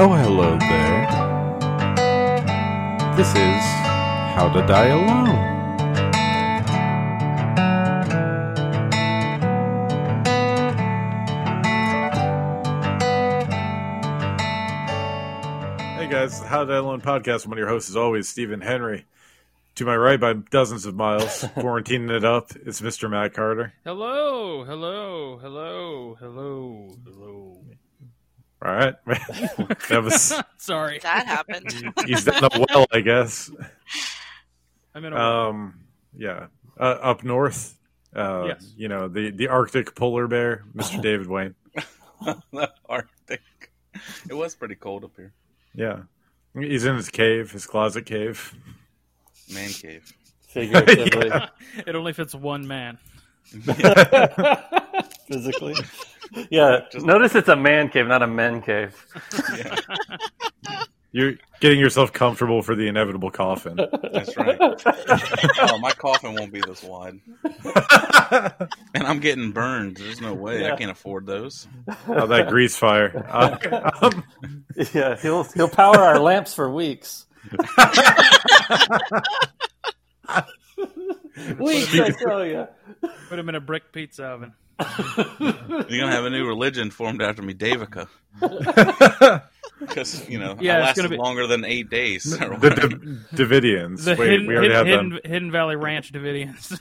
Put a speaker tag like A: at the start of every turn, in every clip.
A: Oh, hello there. This is How to Die Alone. Hey guys, How to Die Alone podcast. I'm one of your hosts, as always, Stephen Henry. To my right, by dozens of miles, quarantining it up, it's Mr. Matt Carter.
B: Hello, hello, hello, hello, hello.
A: All right, that was
B: Sorry,
C: That happened.
A: he's done up well, I guess.
B: I'm in a
A: Um, yeah, uh, up north. Uh,
B: Yes.
A: You know the the Arctic polar bear, Mr. David Wayne.
D: the Arctic. It was pretty cold up here.
A: Yeah, he's in his cave, his closet cave.
D: Man cave.
E: figuratively,
B: it only fits one man.
E: physically. Yeah. Notice it's a man cave, not a men cave.
D: Yeah,
A: You're getting yourself comfortable for the inevitable coffin.
D: that's right. Oh, my coffin won't be this wide.
A: oh,
D: And I'm getting burned. There's no way. I
E: Yeah.
D: can't afford those.
A: that grease fire. Uh, um,
E: yeah, he'll he'll power our lamps for weeks. weeks, I tell you.
B: Put him in a brick pizza oven.
D: You're going to have a new religion formed after me, Davica. Because, you know,
B: Yeah,
D: I
B: it's
D: lasted
B: gonna be-
D: longer than eight days.
A: the Dav- Davidians.
B: The
A: Wait,
B: hidden,
A: we already
B: hidden,
A: have
B: hidden,
A: them.
B: Hidden Valley Ranch Davidians.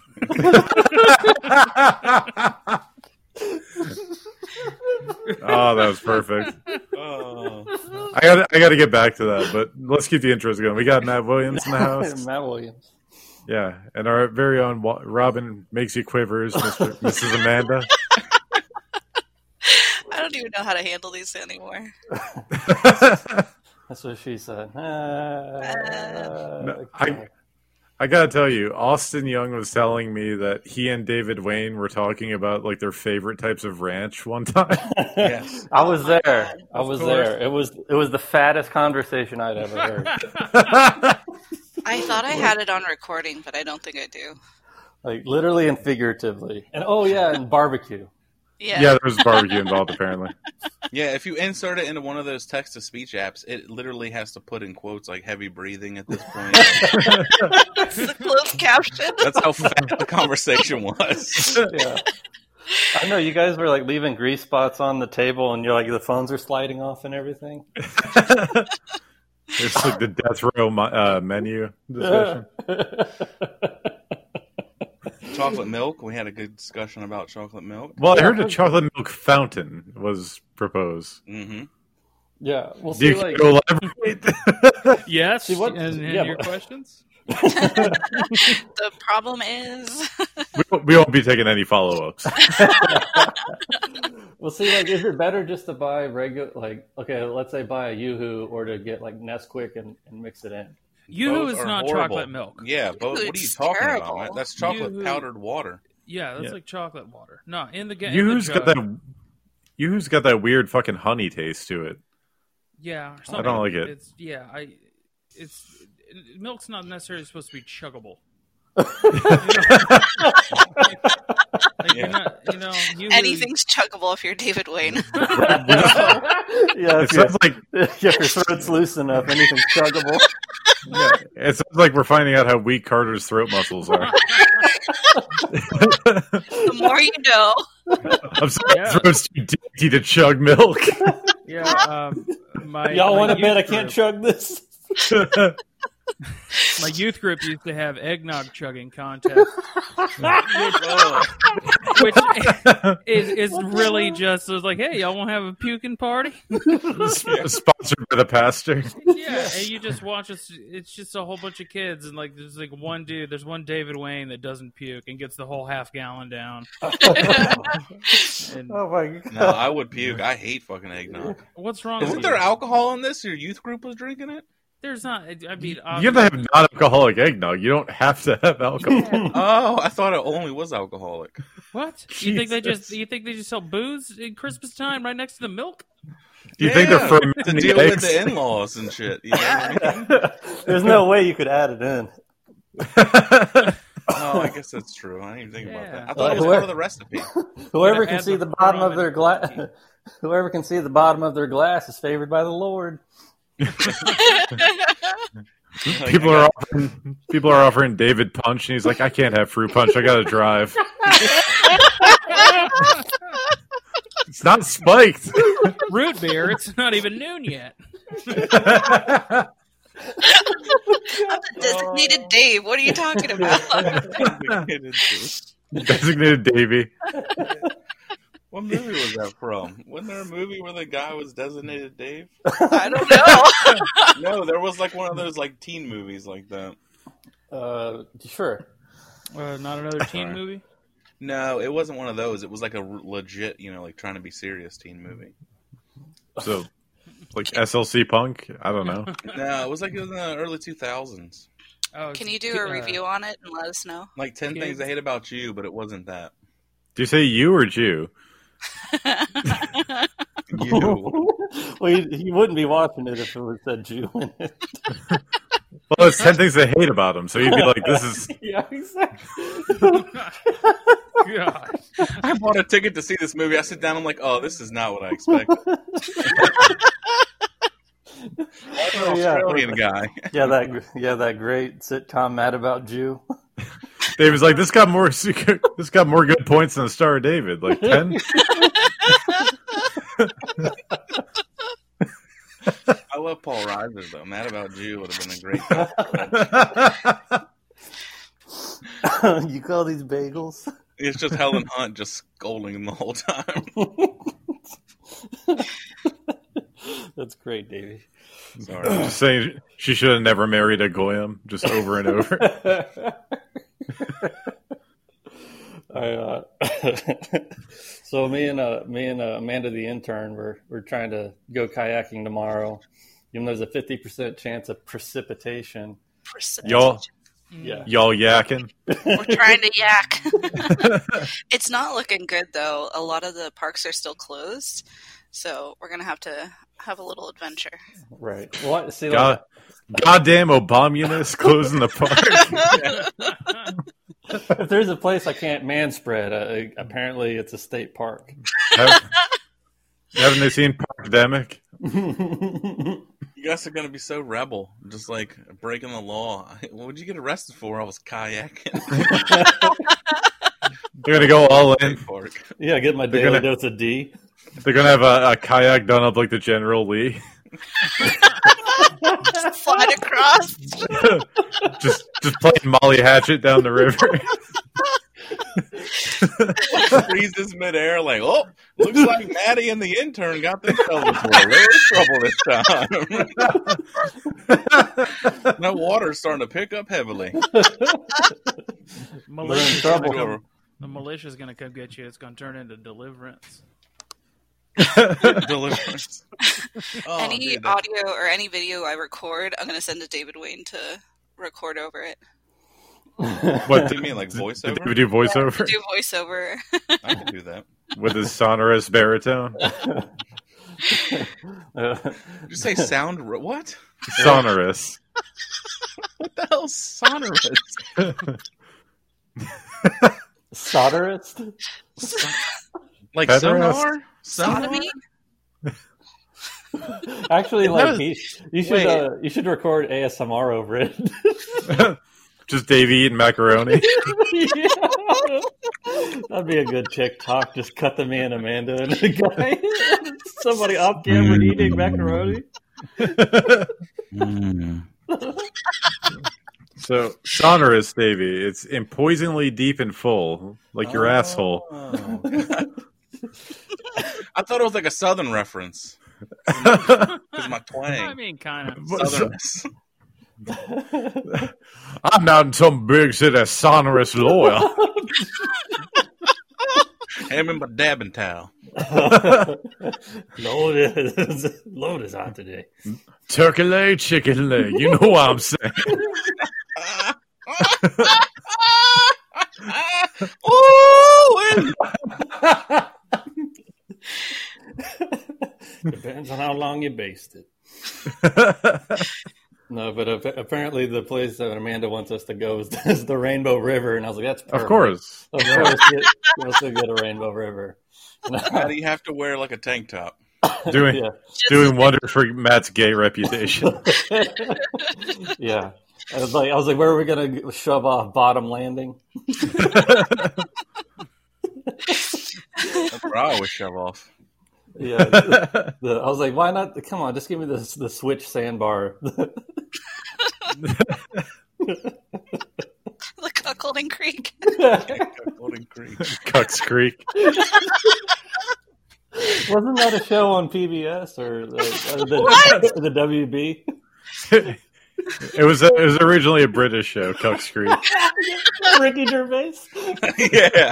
A: oh, that was perfect.
D: Oh.
A: I got I got to get back to that, but let's keep the intros going. We got Matt Williams in the house.
E: Matt Williams.
A: Yeah, and our very own Wa- Robin makes you quivers, Mr. Mrs. Amanda.
C: I don't even know how to handle these anymore.
E: That's what she said. Ah,
A: No, I I gotta tell you, Austin Young was telling me that he and David Wayne were talking about like their favorite types of ranch one time.
D: Yes.
E: I was there. I was
B: course.
E: there. It was it was the fattest conversation I'd ever heard.
C: I thought I had it on recording, but I don't think I do.
E: like literally and figuratively. And oh yeah, and barbecue.
C: Yeah.
A: yeah. there was barbecue involved apparently.
D: Yeah, if you insert it into one of those text to speech apps, it literally has to put in quotes like heavy breathing at this point.
C: That's the closed caption.
D: That's how fat the conversation was.
E: Yeah. I know you guys were like leaving grease spots on the table, and you're like the phones are sliding off and everything.
A: It's like the death row mi- uh, menu discussion.
D: chocolate milk. We had a good discussion about chocolate milk.
A: Well, I heard a chocolate milk fountain was proposed.
D: Mm-hmm.
E: yeah, we'll
A: Do
E: see.
A: you
E: Like,
A: care to elaborate?
B: yes,
E: See, what-
B: and, and
E: yeah,
B: your
E: but-
B: questions?
C: The problem is,
A: we, won't, we won't be taking any follow ups.
E: we'll see. Like, is it better just to buy regular? Like, okay, let's say buy a YooHoo, or to get like Nesquik and, and mix it in.
B: Yoo-hoo
D: Both
B: is
D: are
B: not
D: horrible.
B: chocolate milk.
D: Yeah, but what are you
C: it's
D: talking
C: terrible.
D: about? That's chocolate
B: Yoo-hoo.
D: powdered water.
B: Yeah, that's
A: Yeah.
B: like chocolate water. No, in the game.
A: You who's got that? You who's got that weird fucking honey taste to it?
B: Yeah, or
A: I
B: something.
A: don't like it.
B: It's yeah, I. It's milk's not necessarily supposed to be chuggable. you
D: Yeah.
B: know, like, you know, you
C: anything's chuggable if you're David Wayne.
E: yeah,
A: It
E: if, your,
A: sounds like
E: if your throat's loose enough, anything's chuggable.
A: yeah, it sounds like we're finding out how weak Carter's throat muscles are.
C: the more you know.
A: I'm sorry,
B: Yeah.
A: throat's too dainty to chug milk.
B: Yeah, um, my
E: Y'all
B: my
E: want to
B: youth
E: bet I can't
B: group,
E: chug this?
B: My youth group used to have eggnog chugging contest,
D: Oh,
B: which is is really just it was like, hey, y'all want to have a puking party?
A: Sp- Sponsored by the pastor.
B: Yeah, and you just watch us. It's just a whole bunch of kids, and like there's like one dude. There's one David Wayne that doesn't puke and gets the whole half gallon down. And
E: Oh my god!
D: no, I would puke. I hate fucking eggnog.
B: what's wrong?
D: Isn't
B: with
D: there
B: you?
D: alcohol in this? Your youth group was drinking it.
B: There's not. I mean,
D: Um,
B: uh,
A: You have to have non-alcoholic eggnog. You don't have to have alcohol.
D: Oh, I thought it only was alcoholic.
B: what? You think they
A: Jesus.
B: just? You think they just sell booze at Christmas time right next to the milk?
A: Do you think they're
D: Yeah, to
A: fermenting the
D: deal with
A: eggs?
D: the in-laws and shit? You know what I mean?
E: There's no way you could add it in.
D: Oh, I guess that's true. I didn't even think about
B: Yeah.
D: that. I thought it was
E: Whoever-
D: part of the recipe.
E: Whoever
B: Add
E: can see
B: the
E: the bottom
B: rum
E: of their
B: and
E: glass, Whoever can see the bottom of their glass is favored by the Lord.
D: Like,
A: people
D: I
A: are
D: got-
A: offering, people are offering David punch, and he's like, "I can't have fruit punch. I gotta drive." It's not spiked.
B: Root beer. It's not even noon yet.
C: I'm the designated Dave. What are you talking about?
A: Designated Davy.
D: what movie was that from? Wasn't there a movie where the guy was designated Dave?
C: I don't know.
D: No, there was like one of those like teen movies like that.
E: Uh, sure.
B: Uh, not another teen
D: Sorry.
B: movie.
D: No, it wasn't one of those. It was like a r- legit, you know, like trying to be serious teen movie.
A: So, like SLC Punk. I don't know.
D: No, it was like in the early two thousands.
B: Oh,
C: Can you do a review on it and let us know?
D: Like ten
B: Yeah.
D: things I hate about you, but it wasn't that.
A: Do you say you or Jew?
D: You.
E: well, he, he wouldn't be watching it if it was said Jew. in it.
A: Well, it's ten things I hate about him. So you'd be like, "This is
E: yeah, exactly.
B: God.
D: I bought a ticket to see this movie. I sit down. I'm like, oh, this is not what I expected.
E: Oh, yeah.
D: Australian guy.
E: yeah, that yeah, that great sitcom Mad About Jew.
A: David's like this got more this got more good points than the Star of David, like ten.
D: I love Paul Reiser though. Mad About You would have been a great. Film.
E: you call these bagels?
D: It's just Helen Hunt just scolding him the whole time.
E: That's great, Davey.
D: Sorry.
A: just saying she should have never married a goyim, just over and over.
E: I, uh, so me and uh, me and uh, Amanda, the intern, we're we're trying to go kayaking tomorrow. You know, there's a fifty percent chance of precipitation.
A: Y'all,
E: Yeah,
A: y'all yakking.
C: We're trying to yak. it's not looking good though. A lot of the parks are still closed, so we're gonna have to have a little adventure.
E: right. What? See,
A: God,
E: like,
A: goddamn Obamunists closing the park.
B: Mm-hmm.
E: if there's a place I can't man spread, uh, apparently it's a state park.
A: Have, not they seen Parkdemic?
D: You guys are gonna be so rebel, just like breaking the law. What would you get arrested for? I was kayaking.
A: They're gonna go all in.
D: Park.
E: yeah, get my
A: They're
E: daily
A: gonna-
E: dose of D.
A: They're gonna have a, a kayak done up like the General Lee,
C: Fly across.
A: just just playing Molly Hatchet down the river.
D: freezes midair, like, oh, looks like Maddie and the intern got themselves into a little trouble this time. that water's starting to pick up heavily.
E: They're in
B: Malicia's gonna
E: trouble.
B: come, the militia's gonna come get you. It's gonna turn into deliverance.
D: Deliverance. Oh,
C: any
D: dude, that-
C: audio or any video I record, I'm gonna send to David Wayne to record over it.
A: What
D: What do you mean, like
A: Did
D: voiceover?
A: David do voiceover
C: Do voiceover.
D: I can do that.
A: with his sonorous baritone?
E: Uh,
D: Did you say sound? Ro- what?
A: Sonorous.
D: What the hell's sonorous?
E: solderist.
D: Like
A: Pederast.
D: sonar? Sonar?
C: Sodomy?
E: Actually,
D: That
E: like
D: was-
E: you, you should
D: wait.
E: uh, you should record ASMR over it.
A: Just Davey eating macaroni.
E: That'd be a good TikTok. Just cut the man Amanda and the guy. Somebody off camera eating macaroni.
A: Hmm. so sonorous, Davey. It's empoisoningly deep and full, like your
D: Oh.
A: asshole.
D: Oh, God. I thought it was like a southern reference. Because my
B: I
D: twang.
B: mean, kind of.
A: But-
D: Southerners.
A: I'm not in some big city sonorous lawyer.
D: Hand me my dabbing towel.
E: Load is load is on today.
A: Turkey leg, chicken leg. You know what I'm saying.
D: Ooh,
E: Depends on how long you based it. No, but ap- apparently the place that Amanda wants us to go is, is the Rainbow River, and I was like, "That's
A: of
E: perfect.
A: course.
E: Of course, you- you also get a Rainbow River.
D: How do you have to wear like a tank top?
A: Doing
E: yeah.
C: Just-
A: doing wonders for Matt's gay reputation.
E: yeah. I was like, I was like, where are we gonna shove off bottom landing?
D: That's what I always shove off.
E: Yeah, the- I was like, why not? Come on, just give me this the switch sandbar.
C: the Cuckolding Creek.
D: Golden Creek.
A: Cucks Creek.
E: Wasn't that a show on PBS or the, or the, the WB?
A: it was it was originally a British show, Cucks Creek.
E: Ricky Gervais,
D: yeah.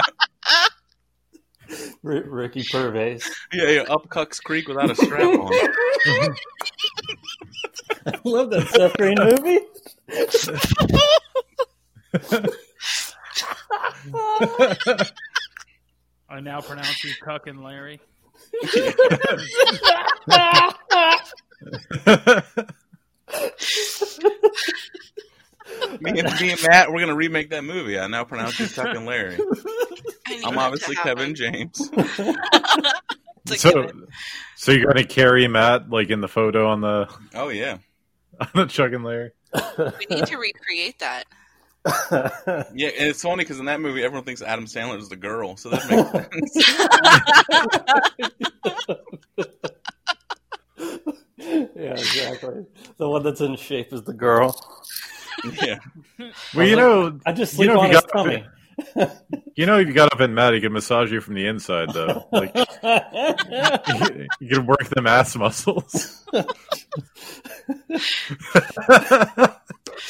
E: R- Ricky Purvais.
D: Yeah, yeah. Up Cucks Creek without a strap on.
E: I love that Seth Green movie.
B: I now pronounce you Cuck and Larry.
D: Me and, me and Matt, we're gonna remake that movie. I now pronounce you Tuck and Larry.
C: I need that
D: I'm
C: to
D: obviously
C: happen.
D: Kevin James.
C: It's a
A: so,
C: given.
A: so you're gonna carry Matt like in the photo on the
D: Oh yeah,
A: on the Chuck and Larry.
C: we need to recreate that.
D: yeah. And it's funny because in that movie, everyone thinks Adam Sandler is the girl, so that makes sense.
E: yeah, exactly. The one that's in shape is the girl.
D: yeah,
A: Well, you
E: I was
A: know,
E: I just
A: You
E: sleep
A: know, if
E: on
A: you
E: his
A: got-
E: tummy.
A: you know, if you got up in Matt, he could massage you from the inside, though. Like you could work them ass muscles.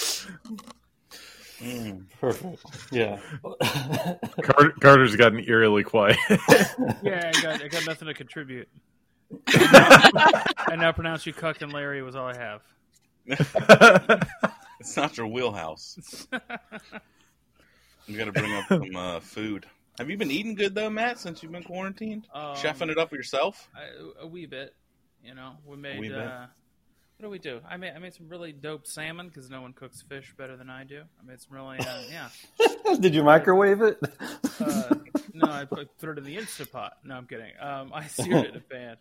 D: Mm.
E: Perfect. Yeah.
A: Carter, Carter's gotten eerily quiet.
B: Yeah, I got, I got nothing to contribute. I now pronounce you Cuck and Larry was all I have.
D: it's not your wheelhouse. We got to bring up some uh, food. Have you been eating good though, Matt? Since you've been quarantined,
B: Um,
D: chefing it up yourself.
B: I- a wee bit. You know, we made.
D: wee bit.
B: Uh, what do we do? I made I made some really dope salmon because no one cooks fish better than I do. I made some really uh, yeah.
E: Did you microwave it?
B: Uh, no, I put, threw it in the Instapot. No, I'm kidding. Um, I seared it in a pan.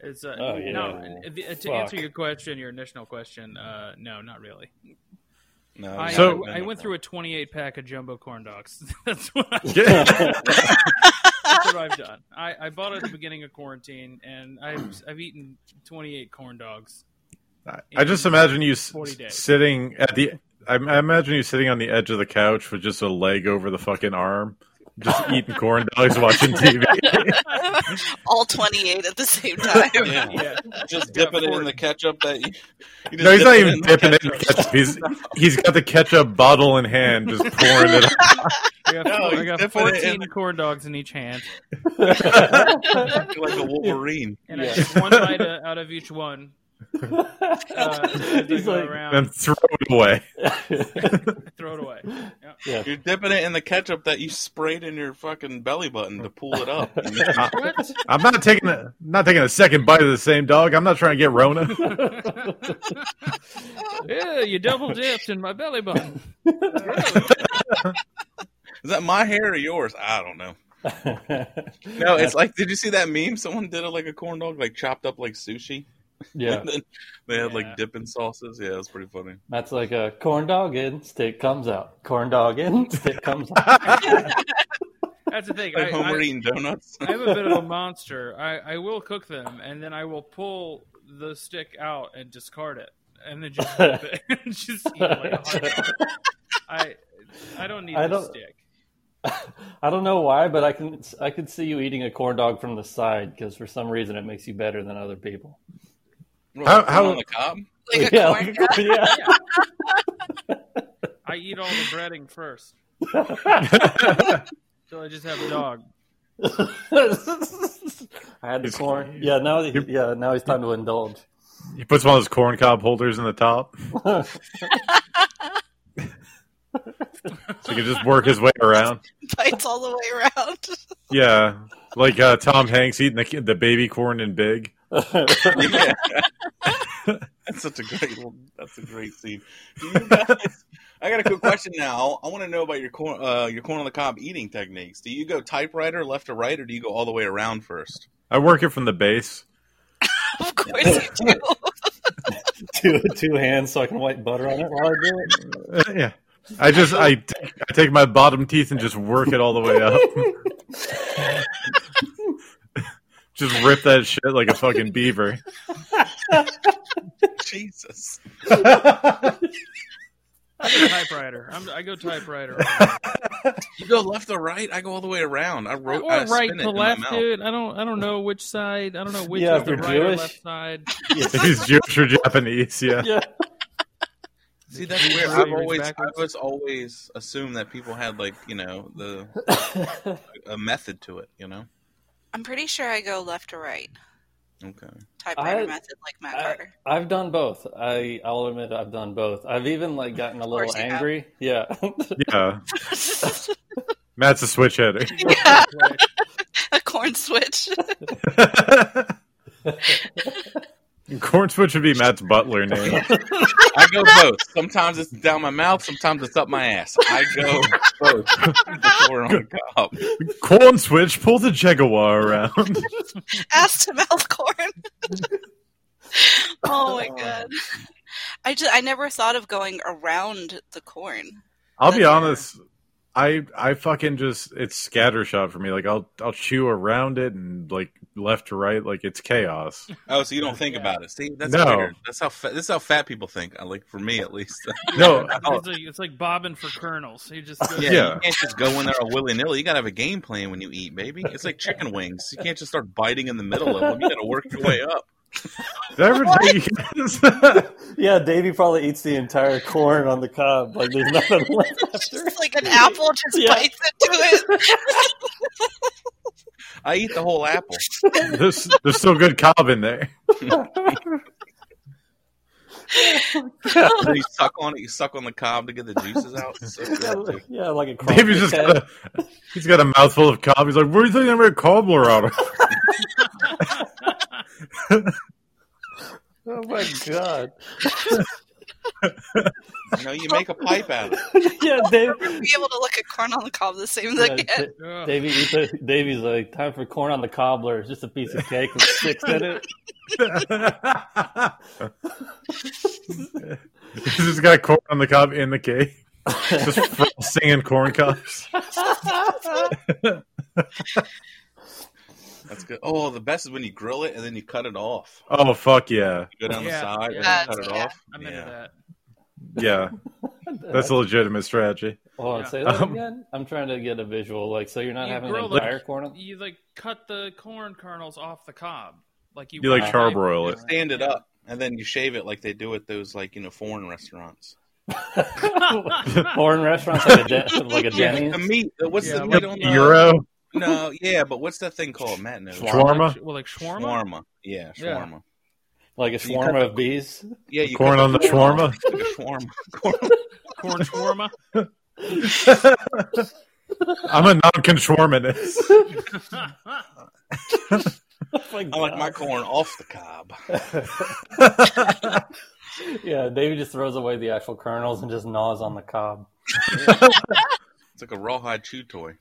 B: It's uh,
E: Oh, yeah.
B: no. uh, the- uh, to
E: Fuck.
B: answer your question, your initial question, uh, no, not really.
E: Oh,
D: No,
B: I,
D: you
A: So-
D: haven't been
B: I, went
D: before.
B: through a 28 pack of jumbo corn dogs. That's what, I,
A: Yeah.
B: that's what I've done. I, I bought it at the beginning of quarantine, and I've I've eaten 28 corn dogs.
A: I I just imagine you s-
B: 40 days.
A: sitting at the. I, I imagine you sitting on the edge of the couch with just a leg over the fucking arm, just eating corn dogs, watching TV.
C: All 28 at the same time.
D: Yeah.
B: Yeah,
D: just
B: Yeah,
D: dipping it in
B: forty.
D: the ketchup that you, you
A: No, he's
D: dip
A: not
D: it
A: even
D: in the
A: dipping it in
D: ketchup.
A: ketchup. He's he's got the ketchup bottle in hand, just pouring it. out.
B: I got,
D: No,
B: four- I
D: you
B: got
D: dip it in-
B: 14 corn dogs in each hand,
D: You're like a Wolverine.
B: and
E: Yeah.
B: I took one bite uh, out of each one. Uh, as I
E: He's
B: go
E: like,
B: around,
A: and throw it away.
B: throw it away.
E: yeah.
D: You're dipping it in the ketchup that you sprayed in your fucking belly button to pull it up.
B: What?
A: I'm not taking a not taking a second bite of the same dog. I'm not trying to get Rona.
B: yeah, you double dipped in my belly button.
D: Is that my hair or yours? I don't know. No, it's like, did you see that meme? Someone did it like a corn dog, like chopped up like sushi.
E: yeah.
D: And then they had
B: Yeah.
D: like dipping sauces. Yeah, that's pretty funny.
E: That's like a corn dog in, stick comes out. Corn dog in, stick comes out.
B: That's the thing.
D: Like
B: I,
D: Homer
B: I,
D: eating donuts.
B: I'm a bit of a monster. I, I will cook them, and then I will pull the stick out and discard it, and then just flip it and just eat like a hot dog. I I don't need the
E: I don't-
B: stick.
E: I don't know why, but I can I could see you eating a corn dog from the side because for some reason it makes you better than other people.
D: What,
A: How-
D: corn
A: how-
D: on the cob?
C: Like a
E: yeah,
C: corn
E: like
C: dog.
E: a corn- yeah.
B: I eat all the breading first, so I just have a dog.
E: I had the corn. Yeah, now yeah, now it's time to indulge.
A: He puts one of those corn cob holders in the top, so he can just work his way around.
C: Bites all the way around.
A: Yeah, like uh, Tom Hanks eating the the baby corn and Big.
D: Yeah. that's such a great. That's a great scene. Do you guys? I got a quick question now. I want to know about your corn, uh, your corn on the cob eating techniques. Do you go typewriter left to right, or do you go all the way around first?
A: I work it from the base.
C: of course you do.
E: two two hands so I can white butter on it while I do it.
A: yeah. I just I t- I take my bottom teeth and just work it all the way up. just rip that shit like a fucking beaver.
D: Jesus,
B: I go typewriter. I'm, I go typewriter.
D: you go left to right. I go all the way around. I wrote I
B: or right
D: spin it
B: to
D: in my
B: left,
D: mouth.
B: dude. I don't. I don't know which side. I don't know which
E: Yeah,
B: is
E: if
B: the
E: you're
B: right or
E: Jewish.
B: left side.
A: If he's Jewish or Japanese, yeah.
E: Yeah.
D: See, that's
B: Reach
D: weird.
B: right,
D: I've
B: reach
D: always, I
B: backwards.
D: was always assumed that people had like you know the a method to it. You know.
C: I'm pretty sure I go left to right.
D: Okay.
C: Typewriter
E: I-
C: method like Matt
E: I-
C: Carter.
E: I've done both. I I'll admit I've done both. I've even like gotten a
C: course
E: little
C: you have.
E: angry. Yeah.
A: Yeah. Matt's a switch hitter.
C: yeah, a corn switch.
A: Corn switch would be Matt's butler name.
D: I go both. Sometimes it's down my mouth. Sometimes it's up my ass. I go both. Before on cop.
A: Corn switch, pull the Jaguar around.
C: Ass to mouth corn. oh my god. I just I never thought of going around the corn.
A: I'll be honest. I I fucking just it's scattershot for me. Like I'll I'll chew around it and like left to right, like it's chaos.
D: Oh, so you don't think about it? See, that's
A: No.
D: weird. That's how fa- this is how fat people think. I like for me at least.
A: No,
B: It's like, it's like bobbing for kernels. You just go,
D: yeah,
A: Yeah.
D: you can't just go in there willy nilly. You gotta have a game plan when you eat, baby. It's like chicken wings. You can't just start biting in the middle of them. You gotta work your way up.
A: did I ever tell you guys?
E: yeah, Davey probably eats the entire corn on the cob. Like there's nothing left.
C: It's just like an apple just
E: Yeah.
C: bites into it.
D: I eat the whole apple.
A: there's there's still good cob in there.
D: you suck on it. You suck on the cob to get the juices out. It's so good, dude.
E: yeah, like a crop.
A: David's just got a, he's got a mouthful of cob. He's like, "What do you think I'm gonna cobbler out of?"
E: Oh my god.
D: You know, you make a pipe out of it.
E: yeah,
C: I'll
E: Dave.
C: be able to look at corn on the cob the same as I
E: Yeah,
C: can.
E: Da-
B: Ugh.
E: Davey eats it. Davey's like time for corn on the cobbler. It's just a piece of cake with sticks in it.
A: he's just got corn on the cob in the cake, just frosting and corn cobs.
D: That's good. Oh, the best is when you grill it and then you cut it off.
A: Oh fuck yeah,
D: You go down
B: Yeah,
D: the side
B: yeah.
D: and cut it
C: Yeah.
D: off.
B: I'm into that.
A: yeah. That's a legitimate strategy.
E: Hold on,
B: Yeah.
E: say that
A: Um,
E: again. I'm trying to get a visual. Like, so you're not
B: You
E: having
B: grill
E: an
B: the-
E: entire corn. on-
B: You like cut the corn kernels off the cob, like you.
A: You, like,
B: would-
A: charbroil it.
D: Stand it up and then you shave it like they do at those like you know foreign restaurants.
E: Corn restaurants like a, Den- like a
D: The
E: Denny's.
D: meat. the- What's the
B: Yeah,
D: meat
B: like
D: on the
A: Euro,
D: No, yeah, but what's that thing called? Matt knows.
E: Shawarma.
A: Shawarma?
B: Well, like shawarma.
D: Shawarma. Yeah,
B: Yeah.
D: shawarma.
E: Like a
D: You cut
E: shawarma of bees.
D: Yeah, you
A: corn
D: cut
A: on the shawarma.
D: the shawarma. Corn
B: Corn shawarma.
A: I'm a non-conformist.
E: Oh my
D: I like
E: God.
D: my corn off the cob.
E: yeah, Davey just throws away the actual kernels and just gnaws on the cob.
D: It's like a rawhide chew toy.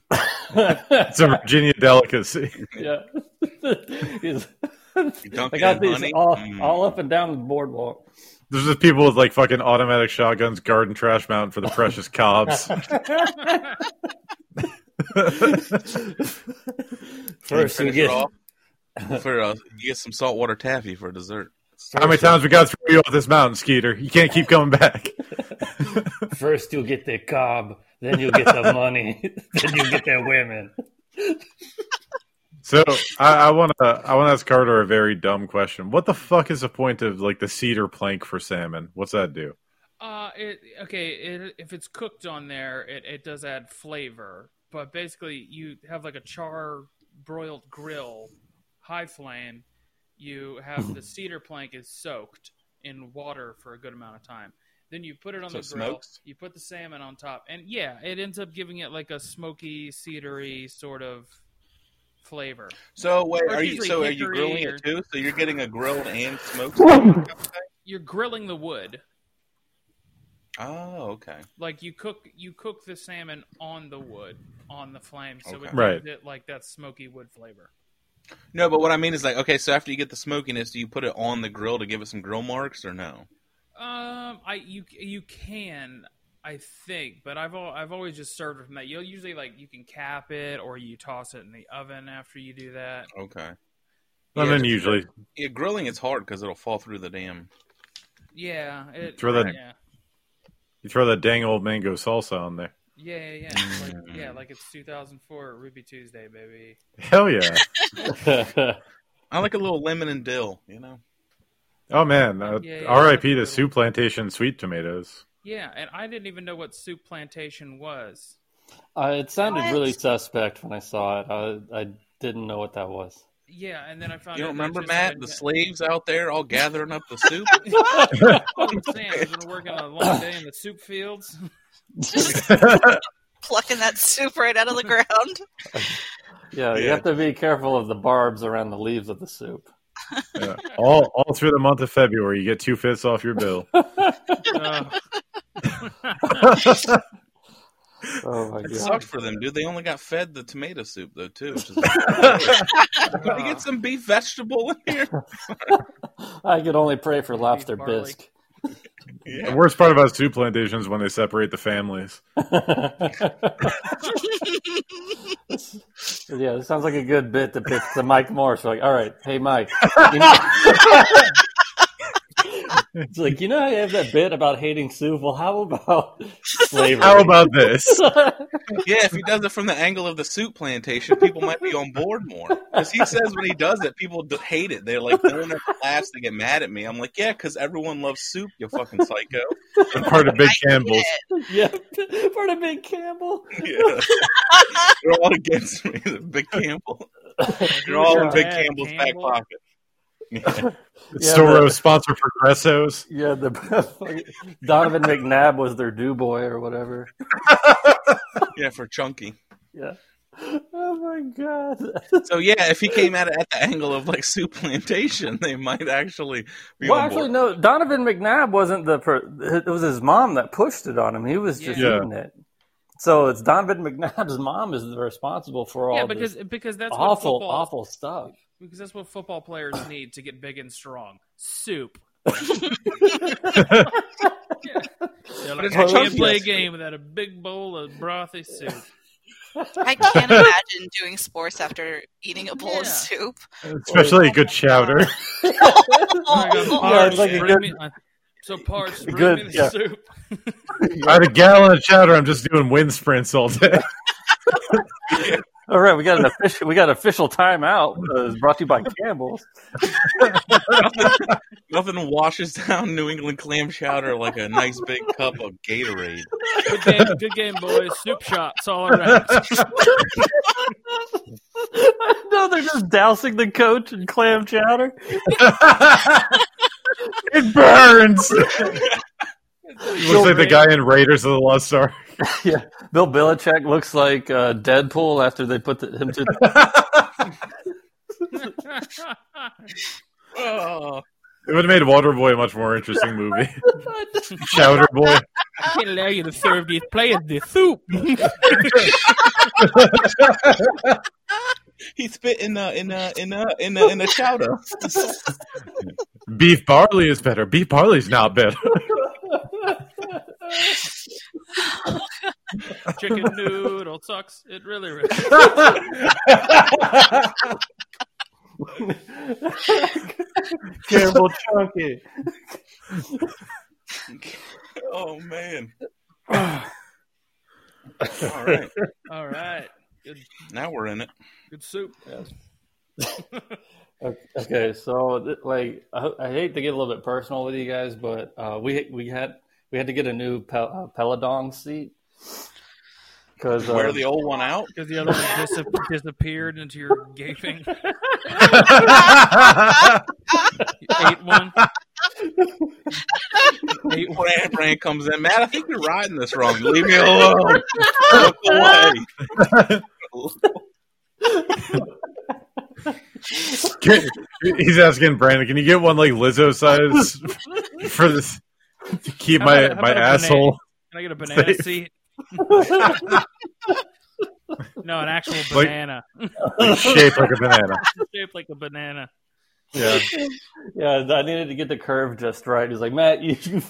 A: It's a Virginia delicacy.
E: yeah. He's-
D: You dunk
E: I
D: it
E: got
D: in
E: these
D: honey.
E: all,
D: Mm.
E: all up and down the boardwalk.
A: There's just people with like fucking automatic shotguns guarding trash mountain for the precious cobs.
D: And you
E: First, we
D: finish
E: get
D: it off for uh, you get some saltwater taffy for dessert.
A: How many times we got to throw you off this mountain, Skeeter? You can't keep coming back.
E: first you'll get the cob, then you'll get the money, then you'll get the women.
A: So I, I wanna I wanna ask Carter a very dumb question. What the fuck is the point of like the cedar plank for salmon? What's that do?
B: Uh, it okay. It, if it's cooked on there, it, it does add flavor. But basically, you have like a char broiled grill, high flame. You have the cedar plank is soaked in water for a good amount of time. Then you put it on
D: So
B: the grill.
D: smoked?
B: You put the salmon on top, and yeah, it ends up giving it like a smoky, cedary sort of flavor.
D: So wait,
B: Or
D: are you
B: usually
D: so are you
B: hickory
D: grilling
B: or-
D: it too? So you're getting a grilled and smoked. salmon?
B: You're grilling the wood.
D: Oh, okay.
B: like you cook you cook the salmon on the wood on the flame so
D: Okay.
B: it
A: Right.
B: gives it like that smoky wood flavor
D: No, but what I mean is like, okay, so after you get the smokiness, do you put it on the grill to give it some grill marks or no?
B: um i you you can i think but i've al- i've always just served it from that you'll usually like you can cap it or you toss it in the oven after you do that
D: Okay.
A: And
D: Yeah,
A: then usually,
D: yeah, grilling it's hard because it'll fall through the damn.
B: yeah it,
A: Throw that-
B: yeah
A: you throw that dang old mango salsa on there.
B: yeah yeah yeah
A: Mm.
B: like, yeah like it's 2004 ruby tuesday baby
A: Hell yeah.
D: I like a little lemon and dill, you know.
A: Oh man, uh,
B: Yeah, yeah,
A: R.I.P. to
B: that's
A: Sioux Plantation sweet tomatoes.
B: yeah and i didn't even know what soup plantation was
E: Uh, it sounded
C: What?
E: really suspect when I saw it. I, I didn't know what that was.
B: yeah and then i found
D: You
B: out
D: don't
B: Oh, that
D: remember
B: just
D: Matt,
B: had-
D: the slaves out there all gathering up the soup?
B: I'm saying we're gonna work on a long day in the soup fields.
C: Just plucking that soup right out of the ground.
E: Yeah, you
D: Yeah.
E: have to be careful of the barbs around the leaves of the soup.
A: Yeah. all all through the month of February, you get two fifths off your bill.
B: Uh,
E: Oh my
D: It
E: god!
D: sucked for them, dude. They only got fed the tomato soup though, too. Just, Can I get some beef vegetable in here?
E: I could only pray for
B: Maybe
E: lobster
B: barley.
E: bisque.
A: The worst part about Sioux plantations when they separate the families.
E: yeah, it sounds like a good bit to pitch to Mike Morse. Like, all right, hey Mike. you know- it's like you know how you have that bit about hating Sue. Well, how about slavery?
A: How about this?
D: Yeah, if he does it from the angle of the soup plantation, people might be on board more. Because he says when he does it, people d- hate it. They're like, no one ever laughs. They get mad at me. I'm like, yeah, because everyone loves soup, you fucking psycho.
A: And part of Big Campbell's.
E: yeah, for the big Campbell.
D: Yeah. They're all against me. The Big Campbell. They're all in Big
B: Bad
D: Campbell's back
B: Campbell.
D: pocket. Yeah.
E: Yeah,
A: Storo
E: but-
A: sponsor Progressos.
E: Yeah, the Donovan McNabb was their do boy or whatever.
D: yeah, for Chunky.
E: Yeah. Oh my god.
D: So yeah, if he came at it at the angle of like soup plantation, they might actually be
E: Well,
D: on
E: actually,
D: board.
E: no. Donovan McNabb wasn't the. Per- it was his mom that pushed it on him. He was just
B: Yeah.
E: eating it. So it's Donovan McNabb's mom is responsible for all
B: yeah,
E: this
B: because because that's
E: awful,
B: what football,
E: awful stuff.
B: because that's what football players need to get big and strong. Soup. yeah. They're like,
D: it's
B: I can't
D: chunky.
B: play a game without a big bowl of brothy soup.
C: I can't imagine doing sports after eating a bowl of
B: Yeah.
C: soup.
A: Especially a good chowder.
B: I got
C: Oh,
E: Yeah, it's
B: parched,
E: like a
B: bring
E: good-
B: me- I- so parched, bring
E: Good,
B: me the
E: yeah.
B: soup.
A: I had a gallon of chowder. I'm just doing wind sprints all day.
E: All right, we got an official. We got official timeout. Uh, it's brought to you by Campbell's.
D: Nothing washes down New England clam chowder like a nice big cup of Gatorade.
B: Good game, good game, boys. Soup shots all around.
E: no, they're just dousing the coach in clam chowder.
A: it burns. Looks like the guy in Raiders of the Lost Ark.
E: Bill Belichick looks like uh, Deadpool after they put the, him to.
D: Oh,
A: It would have made Waterboy a much more interesting movie. Chowder Boy.
B: I can't allow you to serve these players the soup.
D: he spit in the in the in the in the in the chowder.
A: Beef barley is better. Beef barley's not better.
B: Chicken noodle sucks. It really, really
E: Campbell chunky.
D: Oh man. All right,
B: All right. Good,
D: now we're in it.
B: good soup.
E: Okay, so th- like I, I hate to get a little bit personal with you guys, but uh, we we had we had to get a new Pel- uh, Peladong seat uh, because
D: Wear the old one out.
B: Because the other one dis- disappeared into your gaping. You ate one. Ate one.
D: Brand Brand comes in. Matt, I think you're riding this wrong. Leave me alone. Look away.
A: Can- he's asking Brandon, can you get one like Lizzo size for this to keep
B: How
A: my
B: about- how
A: my
B: about a
A: asshole.
B: Can I get a banana
A: Safe.
B: seat? No, an actual
A: Like-
B: banana
A: shaped like a banana.
B: shaped like a banana.
E: Yeah. Yeah, I needed to get the curve just right. He's like, Matt, you you,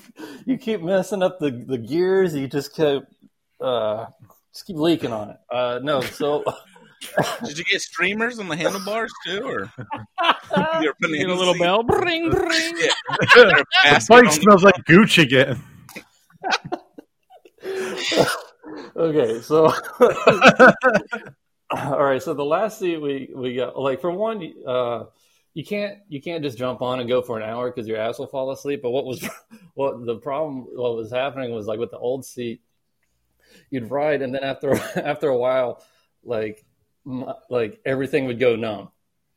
E: you keep messing up the, the gears. You just keep uh, just keep leaking on it. Uh, no, so
D: Did you get streamers on the handlebars too, or your
B: You get a
D: bananas
B: little
D: seat?
B: bell, bring bring.
D: Yeah.
A: the
D: Basket on
A: bike
D: the-
A: smells like Gooch again.
E: okay, so all right, so the last seat we we got like for one, uh, you can't you can't just jump on and go for an hour because your ass will fall asleep. But what was what the problem? What was happening was like with the old seat, you'd ride, and then after after a while, like my, like everything would go numb.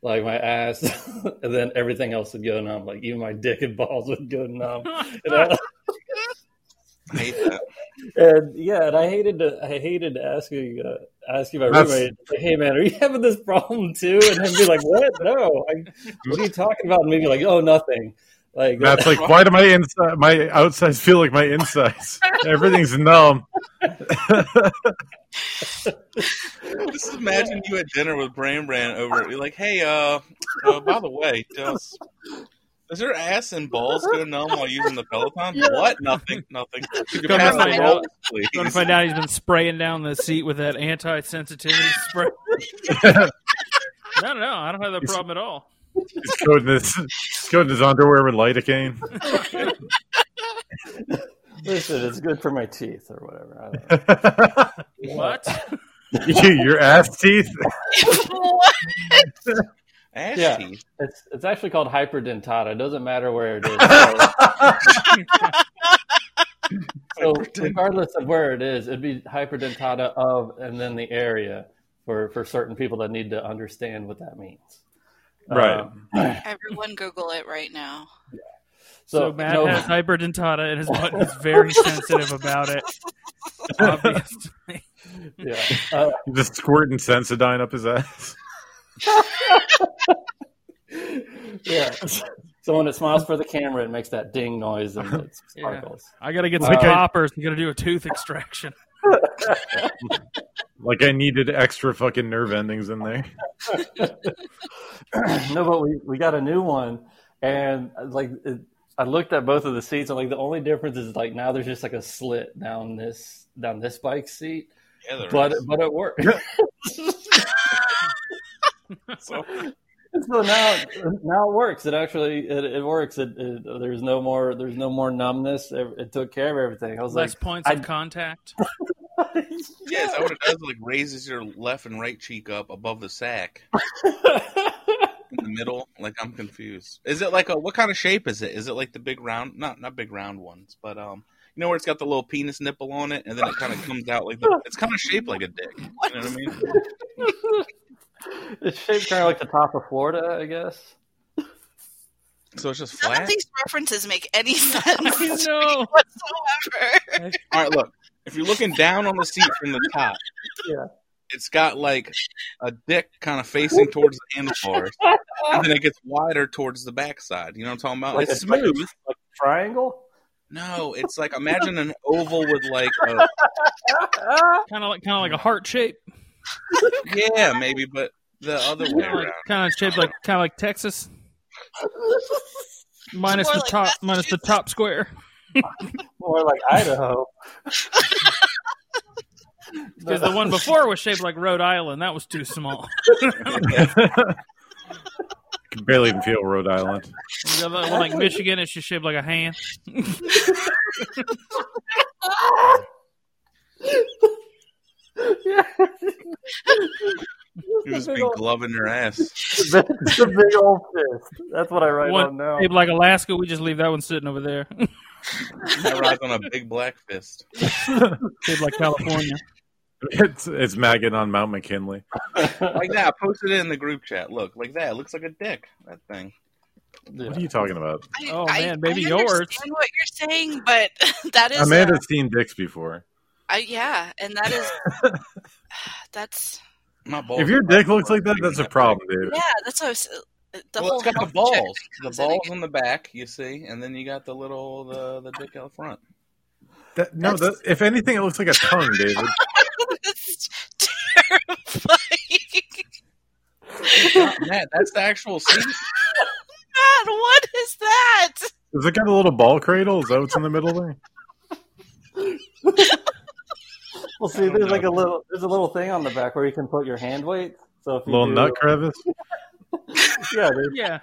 E: Like my ass, and then everything else would go numb. Like even my dick and balls would go numb. And I-
D: I hate that.
E: and yeah, and I hated to, I hated asking uh, asking my
A: That's-
E: roommate, like, "Hey man, are you having this problem too?" And him be like, "What? No, I, what are you talking about?" And maybe like, "Oh, nothing." Like
A: Matt's like, why do my inside, my outsides feel like my insides? Everything's numb.
D: Just imagine you at dinner with Bran Bran over. You're like, hey, uh, uh by the way, does does your ass and balls go numb while using the Peloton? What? Nothing. Nothing. Could you
B: Come
D: pass
B: find
D: the
B: out.
D: balls,
B: Gonna
D: please?
B: find out he's been spraying down the seat with that anti-sensitivity spray. no, no, I don't have that problem at all.
A: He's coating his, he's coating his underwear with lidocaine.
E: listen, it's good for my teeth or whatever. I don't know.
B: What?
A: you, your ass teeth?
C: What?
D: Ass
E: Yeah.
D: teeth.
E: It's it's actually called hyperdentata. It doesn't matter where it is. So, so regardless of where it is, it'd be hyperdentata of and then the area for for certain people that need to understand what that means.
A: Right.
E: Um,
C: Everyone Google it right now.
B: So,
E: So,
B: Matt
E: no-
B: has hyperdentata, and his button is very sensitive about it. Obviously.
E: yeah. Uh,
A: You're just squirting Sensodyne up his ass.
E: yeah. So when it smiles for the camera, it makes that ding noise and it
B: Yeah.
E: sparkles.
B: I gotta get some
E: Okay.
B: poppers. I'm gonna do a tooth extraction.
A: Like I needed extra fucking nerve endings in there.
E: no, but we, we got a new one, and uh, like it, I looked at both of the seats, and like the only difference is like now there's just like a slit down this down this bike seat,
D: Yeah, there
E: but
D: is.
E: but it worked.
D: So-
E: so now now it works. It actually it, it works. It, it there's no more there's no more numbness. It, it took care of everything. I was
B: Less points of
E: I-
B: contact.
E: like,
D: Yes, I would it does like raises your left and right cheek up above the sack in the middle. Like I'm confused. Is it like a what kind of shape is it? Is it like the big round? Not not big round ones, but um, you know where it's got the little penis nipple on it, and then it kind of comes out like the, it's kind of shaped like a dick. You know what I mean?
E: it's shaped kind of like the top of Florida, I guess.
D: So it's just
C: None of
D: flat.
C: these references make any sense
B: I know.
C: whatsoever.
D: All right, look. If you're looking down on the seat from the top,
E: Yeah.
D: it's got like a dick kind of facing towards the handlebars, and then it gets wider towards the backside. You know what I'm talking about?
E: Like
D: Oh, it's
E: a- like a-
D: smooth.
E: Like a triangle.
D: No, it's like imagine an oval with like a
E: Ah,
B: Kind of like kind of like a heart shape.
D: yeah, maybe, but the other way
B: Kind of
D: around.
B: like, kind of shaped like kind of like Texas. Minus
C: More
B: the
C: like
B: top, minus the top square.
E: More like Idaho.
B: Because the one before was shaped like Rhode Island. That was too small.
A: Can barely even feel Rhode Island.
B: The other one, like Michigan, it's just shaped like a hand.
E: yeah.
D: You just
E: big
D: be
E: old,
D: gloving your ass.
E: the big old fist. That's what I write
B: One-
E: on now.
B: Shaped like Alaska, we just leave that one sitting over there.
D: I ride on a big black fist.
B: shaped like California.
A: It's it's maggot on Mount McKinley.
D: Like that. I posted it in the group chat. Look, like that. It looks like a dick. That thing.
A: What are you talking about?
C: I-
B: Oh,
C: I-
B: man, maybe
C: I
B: yours.
C: understand what you're saying, but that is uh,
A: Amanda's seen dicks before.
C: I- yeah, and that is that's
D: My balls
A: If your
D: are
A: dick
D: probably
A: looks like that,
D: bigger
A: that's a
D: than
A: problem, dude.
C: yeah, that's what I was, uh, The
D: well,
C: whole
D: it's got the
C: health check
D: balls, the
C: comes in again.
D: balls on the back, you see, and then you got the little the the dick out front.
A: That, no, that, if anything, it looks like a tongue, David.
C: That's terrifying.
D: Matt, that's the actual scene.
C: God, what is that?
A: Does it got a little ball cradle? Is that what's in the middle there?
E: Well, see, there's like a little, there's a little thing on the back where you can put your hand weight. So if you
A: little
E: do,
A: nut crevice?
E: yeah, there's
B: Yeah.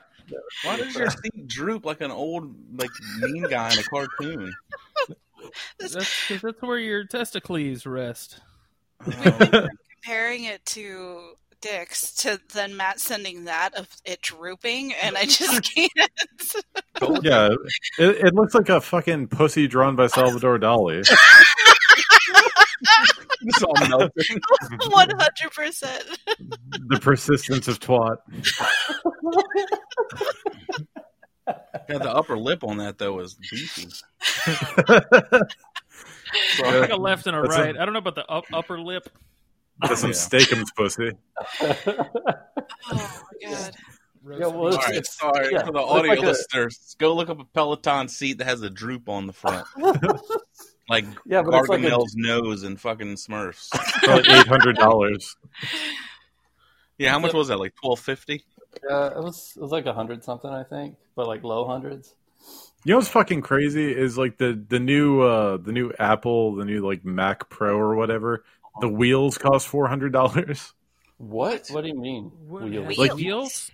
D: Why does your seat droop like an old like mean guy in a cartoon?
B: That's, 'cause that's where your testicles rest.
C: Comparing it to dicks to then Matt sending that of it drooping, and I just can't.
A: yeah, it, it looks like a fucking pussy drawn by Salvador Dali.
D: It's all melting.
C: One hundred percent.
A: the persistence of twat.
D: Got the upper lip on that though is beefy.
B: Like a left and a
A: That's a-
B: right. I I don't know about the up, upper lip.
A: That's some
D: Yeah.
A: steakums pussy.
C: Oh my god.
E: Yeah, well,
D: All
E: it's-
D: right,
E: it's-
D: sorry
E: yeah,
D: for the
E: it's
D: audio
E: like a-
D: listeners. Go look up a Peloton seat that has a droop on the front, like
E: yeah, but it's like a,
D: Gargamel's nose and fucking Smurfs.
A: Probably eight hundred dollars.
D: Yeah, how much was that? Like twelve fifty.
E: uh, it was, it was like a hundred something, I think, but like low hundreds.
A: You know what's fucking crazy is like the the new uh the new Apple, the new like Mac Pro or whatever. The wheels cost four hundred dollars.
E: What? What do you mean? Wheels?
A: Like-
B: wheels?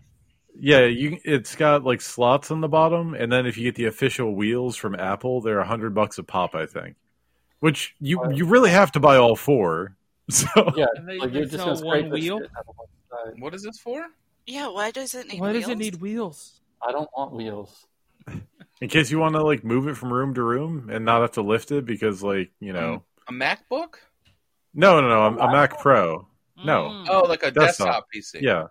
A: Yeah, you it's got like slots on the bottom, and then if you get the official wheels from Apple, they're a hundred bucks a pop, I think. Which you
E: Wow.
A: you really have to buy all four. So
B: And they,
E: Like
B: they
E: you're just
B: sell
E: gonna
B: one
E: scrape the
B: wheel?
E: shit out of one side.
D: What is this for?
C: Yeah. Why does it need?
B: Why does it
C: wheels?
B: need wheels?
E: I don't want wheels.
A: in case you want to like move it from room to room and not have to lift it because like you know
D: A MacBook?
A: no no no I'm a Mac Pro No.
B: Mm.
D: Oh, like a desktop,
A: Desktop.
D: PC.
A: yeah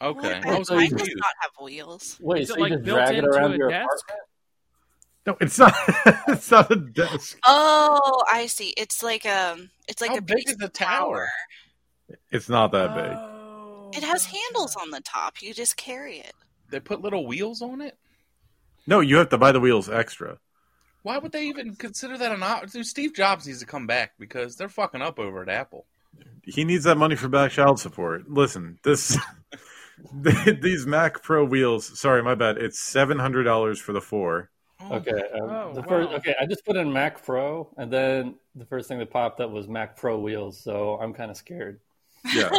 D: Okay.
C: Why-
E: I
D: I
E: was
C: Mine does
D: confused.
C: not have wheels.
E: Wait,
B: Is
E: so
B: it,
E: you
B: like,
E: just
B: built
E: drag it
B: into
E: around
B: a
E: your
B: desk?
E: apartment?
A: No, it's not. it's not a desk.
C: Oh, I see. It's like um, it's like
D: How
C: a
D: big
C: piece
D: is the
C: of
D: tower?
A: It's not that big.
B: Oh,
C: It has
B: gotcha.
C: handles on the top. You just carry it.
D: They put little wheels on it.
A: No, you have to buy the wheels extra.
D: Why would they even consider that an option? Steve Jobs needs to come back because they're fucking up over at Apple.
A: He needs that money for back child support. Listen, this these Mac Pro wheels. Sorry, my bad. It's seven hundred dollars for the four.
D: Oh,
E: Okay. Um,
B: Oh,
E: the
B: wow.
E: first, okay, I just put in Mac Pro, and then the first thing that popped up was Mac Pro wheels, so I'm kind of scared.
A: Yeah,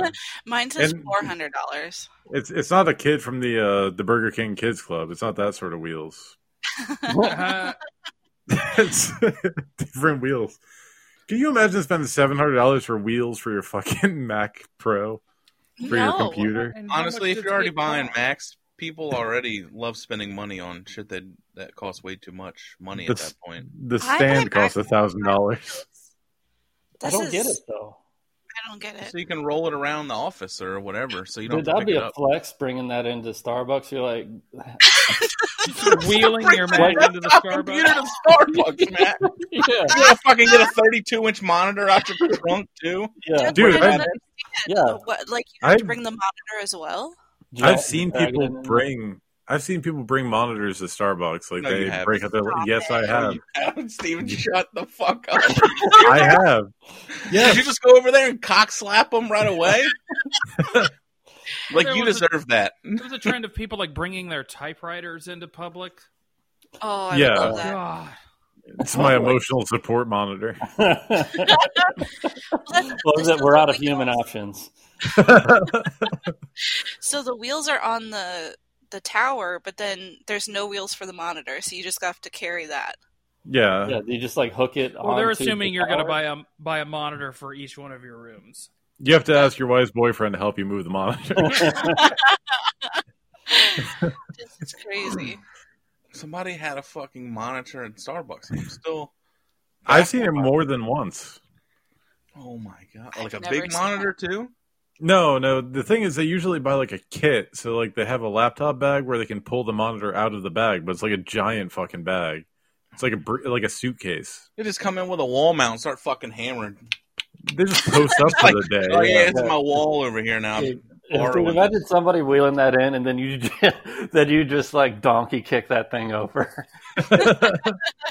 C: Mine says
A: And-
C: four hundred dollars.
A: it's it's not a kid from the uh, the Burger King Kids Club. It's not that sort of wheels.
B: Uh,
A: it's different wheels. Can you imagine spending seven hundred dollars for wheels for your fucking Mac Pro for your computer?
B: and how
D: Honestly,
B: much
D: if
B: does
D: you're already
B: it
D: buying
B: cost?
D: Macs, people already love spending money on shit that that costs way too much money at
A: That's-
D: that point.
A: The
C: I
A: stand
C: like
A: costs a
C: Mac-
A: thousand dollars.
E: I
C: This
E: don't
C: is-
E: get it though.
C: I don't get it.
D: So you can roll it around the office or whatever, so you don't
E: Dude,
D: have to pick
E: that'd be
D: it
E: a
D: up.
E: flex bringing that into Starbucks. You're like,
B: wheeling your Mac into the
D: computer
B: Starbucks.
D: to Starbucks, Matt.
E: yeah,
D: You gotta fucking get a 32 inch monitor out your trunk too.
E: yeah,
C: That's
A: Dude,
C: what I don't
A: I-
E: uh, yeah.
C: What, like you have to
A: I-
C: bring the monitor as well?
A: I've seen
E: Drag it
A: people
E: in.
A: bring. I've seen people bring monitors to Starbucks. Like
D: No, you
A: they
D: haven't.
A: break out their.
C: Stop
A: Yes, I
C: it.
A: have.
D: Steven, shut the fuck up.
A: I have.
D: Did you just go over there and cock slap them right away? like
B: There
D: you
B: was a-
D: deserve that.
B: There was a trend of people like bringing their typewriters into public.
C: Oh, I
A: Yeah.
C: love that.
B: God,
A: It's my emotional support monitor.
E: Love that we're out of human options.
C: So the wheels are on the the tower, but then there's no wheels for the monitor, so you just have to carry that.
A: Yeah.
E: Yeah, you just like hook it.
B: well, they're
E: onto
B: assuming
E: the
B: you're going to
E: tower.
B: buy a buy a monitor for each one of your rooms.
A: You have to ask your wife's boyfriend to help you move the monitor.
C: This is crazy.
D: Somebody had a fucking monitor at Starbucks. I'm still.
A: I've seen it more than once.
D: Oh my god!
C: I've
D: Like a
C: never
D: big
C: seen
D: monitor too.
A: No, no. The thing is, they usually buy like a kit. So like they have a laptop bag where they can pull the monitor out of the bag, but it's like a giant fucking bag. It's like a br- like a suitcase.
D: They just come in with a wall mount and start fucking hammering.
A: They just post up for the day.
D: Oh yeah,
A: Yeah.
D: it's my wall over here now.
E: Dude, Dude, imagine somebody wheeling that in, and then you then you just like donkey kick that thing over. it's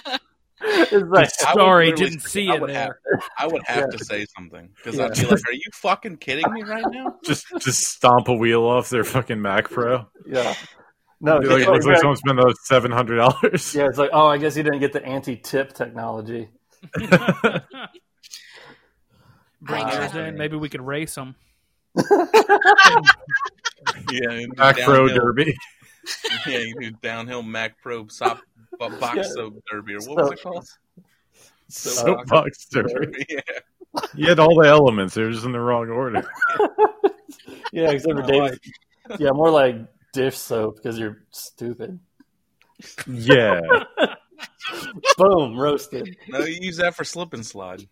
E: like
D: I would
B: Sorry,
D: literally
B: didn't
D: say-
B: see
D: I
B: it
D: would have,
B: there.
D: I would have to say something because I'd be like, "Are you fucking kidding me right now?"
A: Just just stomp a wheel off their fucking Mac Pro.
E: yeah, no,
A: Be like,
E: it's
A: it looks
E: like-
A: like someone spent those seven hundred dollars.
E: yeah, it's like oh, I guess you didn't get the anti-tip technology.
B: Bring
E: Wow.
B: yours in. Maybe we could race them.
D: Yeah, and
A: Mac Pro
D: downhill-
A: Derby.
D: Yeah, you do downhill Mac Pro sop, bo- box
E: Yeah.
D: soap derby or what was it called?
E: So-
A: Soapbox Derby.
D: yeah,
A: You had all the elements. They were just in the wrong order.
E: Yeah, except for
D: No,
E: David. Yeah, more like dish soap because you're stupid.
A: Yeah.
E: Boom, roasted.
D: no, you use that for slip and slide.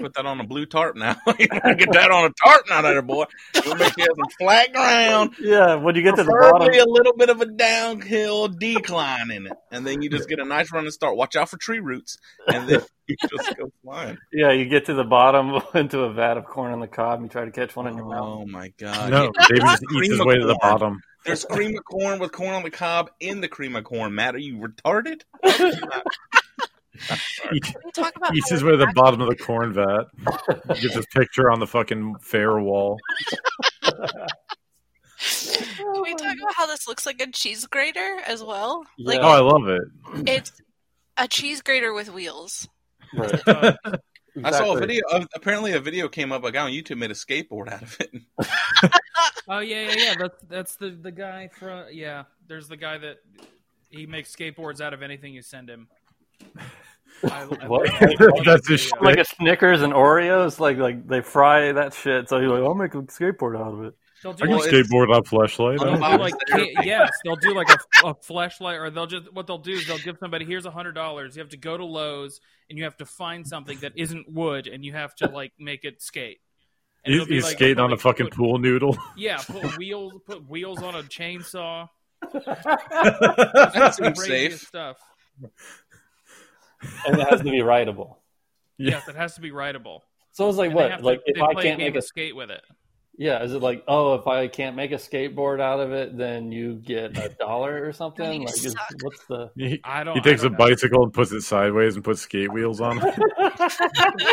D: Put that on a blue tarp now. Get that on a tarp now, there, boy. We'll make you have some flat ground.
E: Yeah, when you get to the bottom,
D: Preferably a little bit of a downhill decline in it, and then you just get a nice running start. Watch out for tree roots, and then you just go flying.
E: yeah, you get to the bottom into a vat of corn on the cob. and You try to catch one in your mouth.
D: Oh my god!
A: No, David just eats his way to the bottom.
D: There's cream of corn with corn on the cob in the cream of corn. Matt, are you retarded?
C: Talk about
A: Eats
C: how
A: his way to the bottom of the corn vat. Gets his picture on the fucking fair wall.
C: Can we talk about how this looks like a cheese grater as well?
A: Oh,
E: Yeah.
A: I love it.
C: Like it's a cheese grater with wheels.
E: Right.
B: Uh,
D: I saw a
E: Exactly.
D: video. Of, apparently, a video came up. A guy on YouTube made a skateboard out of it.
B: oh yeah, yeah, yeah. That's that's the the guy from yeah. There's the guy that he makes skateboards out of anything you send him. I, I
E: What?
A: That's his
B: video.
A: shtick.
E: Like a Snickers and Oreos, like like they fry that shit. So he's like, I'll make a skateboard out of it.
B: They'll do
A: I can
D: Well,
B: like-
D: it's-
A: skateboard on flashlight.
B: They'll
A: I
B: do
A: don't-
B: like ca- yes, they'll do like a, a flashlight, or they'll just what they'll do is they'll give somebody here's a hundred dollars. You have to go to Lowe's and you have to find something that isn't wood, and you have to like make it skate. And
A: He's,
B: it'll be
A: he's
B: like-
A: skating on a
B: like,
A: fucking
B: put-
A: pool noodle.
B: Yeah, put wheels, put wheels on a chainsaw.
D: That seems
B: Craziest
D: safe.
B: stuff.
E: And it has to be rideable.
A: Yeah.
B: Yes, it has to be rideable.
E: So it's like
B: And they have
E: what?
B: to-
E: Like
B: they
E: if I
B: play a
E: can't
B: game
E: make a
B: of skate with it.
E: yeah, is it like oh if I can't make a skateboard out of it, then you get a dollar or something?
C: you
E: Like is,
C: suck.
E: what's the
A: He,
B: I don't.
A: he takes
B: I
A: a
B: don't know.
A: bicycle and puts it sideways and puts skate wheels on. it.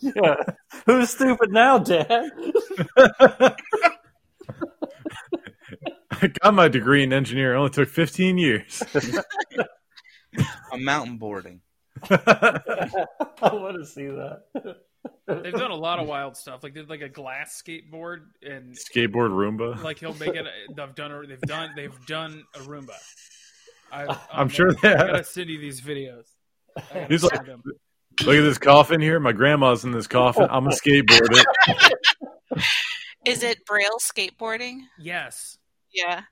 E: yeah? Who's stupid now, Dad?
A: I got my degree in engineering. It only took 15 years.
D: I'm mountain boarding.
E: I want to see that.
B: They've done a lot of wild stuff. Like they did like a glass skateboard, and
A: Skateboard Roomba.
B: like he'll make it. uh, They've done. a- They've done. They've done a Roomba. I, oh,
A: I'm
B: man,
A: sure they
B: I
A: have.
B: gotta send you these videos. I gotta
A: He's
B: send
A: like-
B: them.
A: Look at this coffin here. My grandma's in this coffin. I'm a skateboard it.
C: Is it braille skateboarding?
B: yes,
C: Yeah.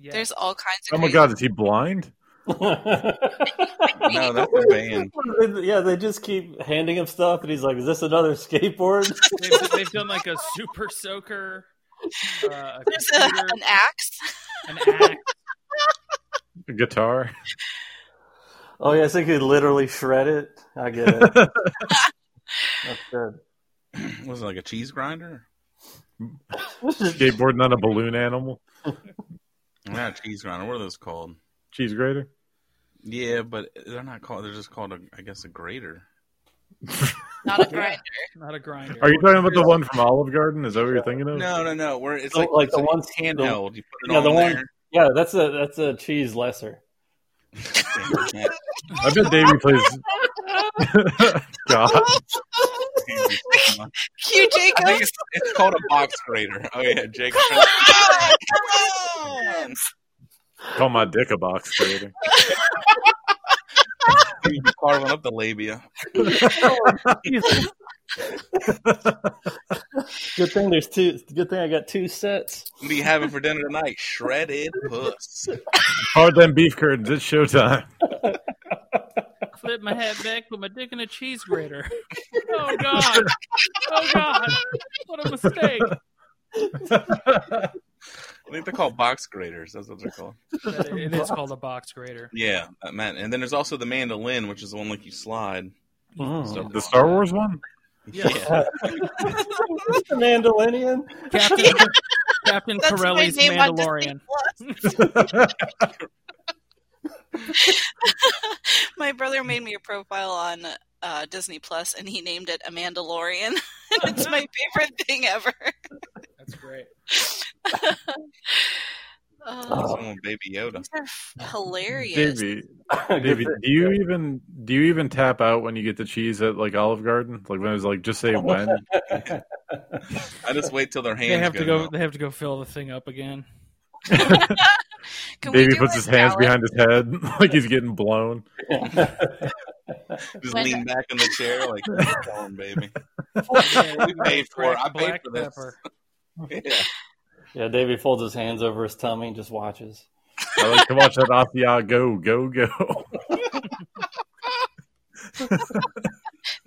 B: yes.
C: There's all kinds of
A: Oh my
C: crazy-
A: god, is he blind?
D: No, that's a van.
E: yeah, they just keep handing him stuff, and he's like, "Is this another skateboard?"
B: They've, they've done like a super soaker, uh, a
C: There's a,
B: computer,
C: an axe.
B: an axe.
A: A guitar?
E: oh yeah, so you could literally shred it. I get it. That's good.
D: Was it like a cheese grinder?
A: Skateboarding on a balloon animal?
D: Not a cheese grinder. What are those called?
A: Cheese grater?
D: Yeah, but they're not called. They're just called, a, I guess, a grater.
C: Not a grinder.
B: Not a grinder.
A: Are you talking about the one from Olive Garden? Is that what you're thinking of?
D: No, no, no. Where it's
E: So,
D: Oh. like,
E: like the
D: it's
E: ones-
D: handheld. You put it
E: Yeah,
D: on
E: the one-
D: there.
E: Yeah, that's a that's a cheese lesser.
A: I bet Davey plays. god.
C: Q
D: I think
C: Jacobs.
D: it's, it's called a box grater. Oh yeah, Jake.
C: Ah,
A: Call my dick a box skater.
D: You're carving up the labia.
E: Good thing there's two. Good thing I got two sets.
D: What are you having for dinner tonight? Shredded puss.
A: Hard them beef curtains. It's showtime.
B: Flip my head back, put my dick in a cheese grater. Oh god! Oh god! What a mistake!
D: I think they're called box graters. That's what they're called.
B: That i- it is called a box grater.
D: Yeah, uh, man. And then there's also the mandolin, which is the one like you slide.
A: The Star Wars one?
B: Yes.
E: the Mandalorian.
B: Captain Captain
C: That's my
B: Corelli's
C: name on
B: Mandalorian.
C: Disney Plus. my brother made me a profile on uh, Disney Plus, and he named it a Mandalorian. it's my favorite thing ever.
B: That's great.
C: Oh,
D: Someone with Baby Yoda.
C: these are f- hilarious.
A: Davey, Davey,
E: Good for-
A: do you even do you even tap out when you get the cheese at like Olive Garden? Like when it's like just say when.
D: I just wait till their hands
B: They have to
D: go.
B: go. They have to go fill the thing up again.
C: Can we
A: Davey
C: do
A: puts
C: a
A: his hands behind
C: salad?
A: his head like he's getting blown.
D: Just
C: When-
D: lean back in the chair like, "Come on, baby.
B: Oh, we
D: paid for it. I paid for this. Yeah.
E: yeah, Davey folds his hands over his tummy and just watches.
A: I like to watch that Afia go go go.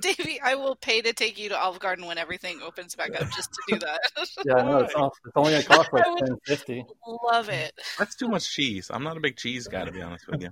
C: Davey, I will pay to take you to Olive Garden when everything opens back up just to do that.
E: Yeah, I know it's, not, it's only gonna cost like
C: I would-
E: ten fifty.
C: Love it.
D: That's too much cheese. I'm not a big cheese guy, to be honest with you.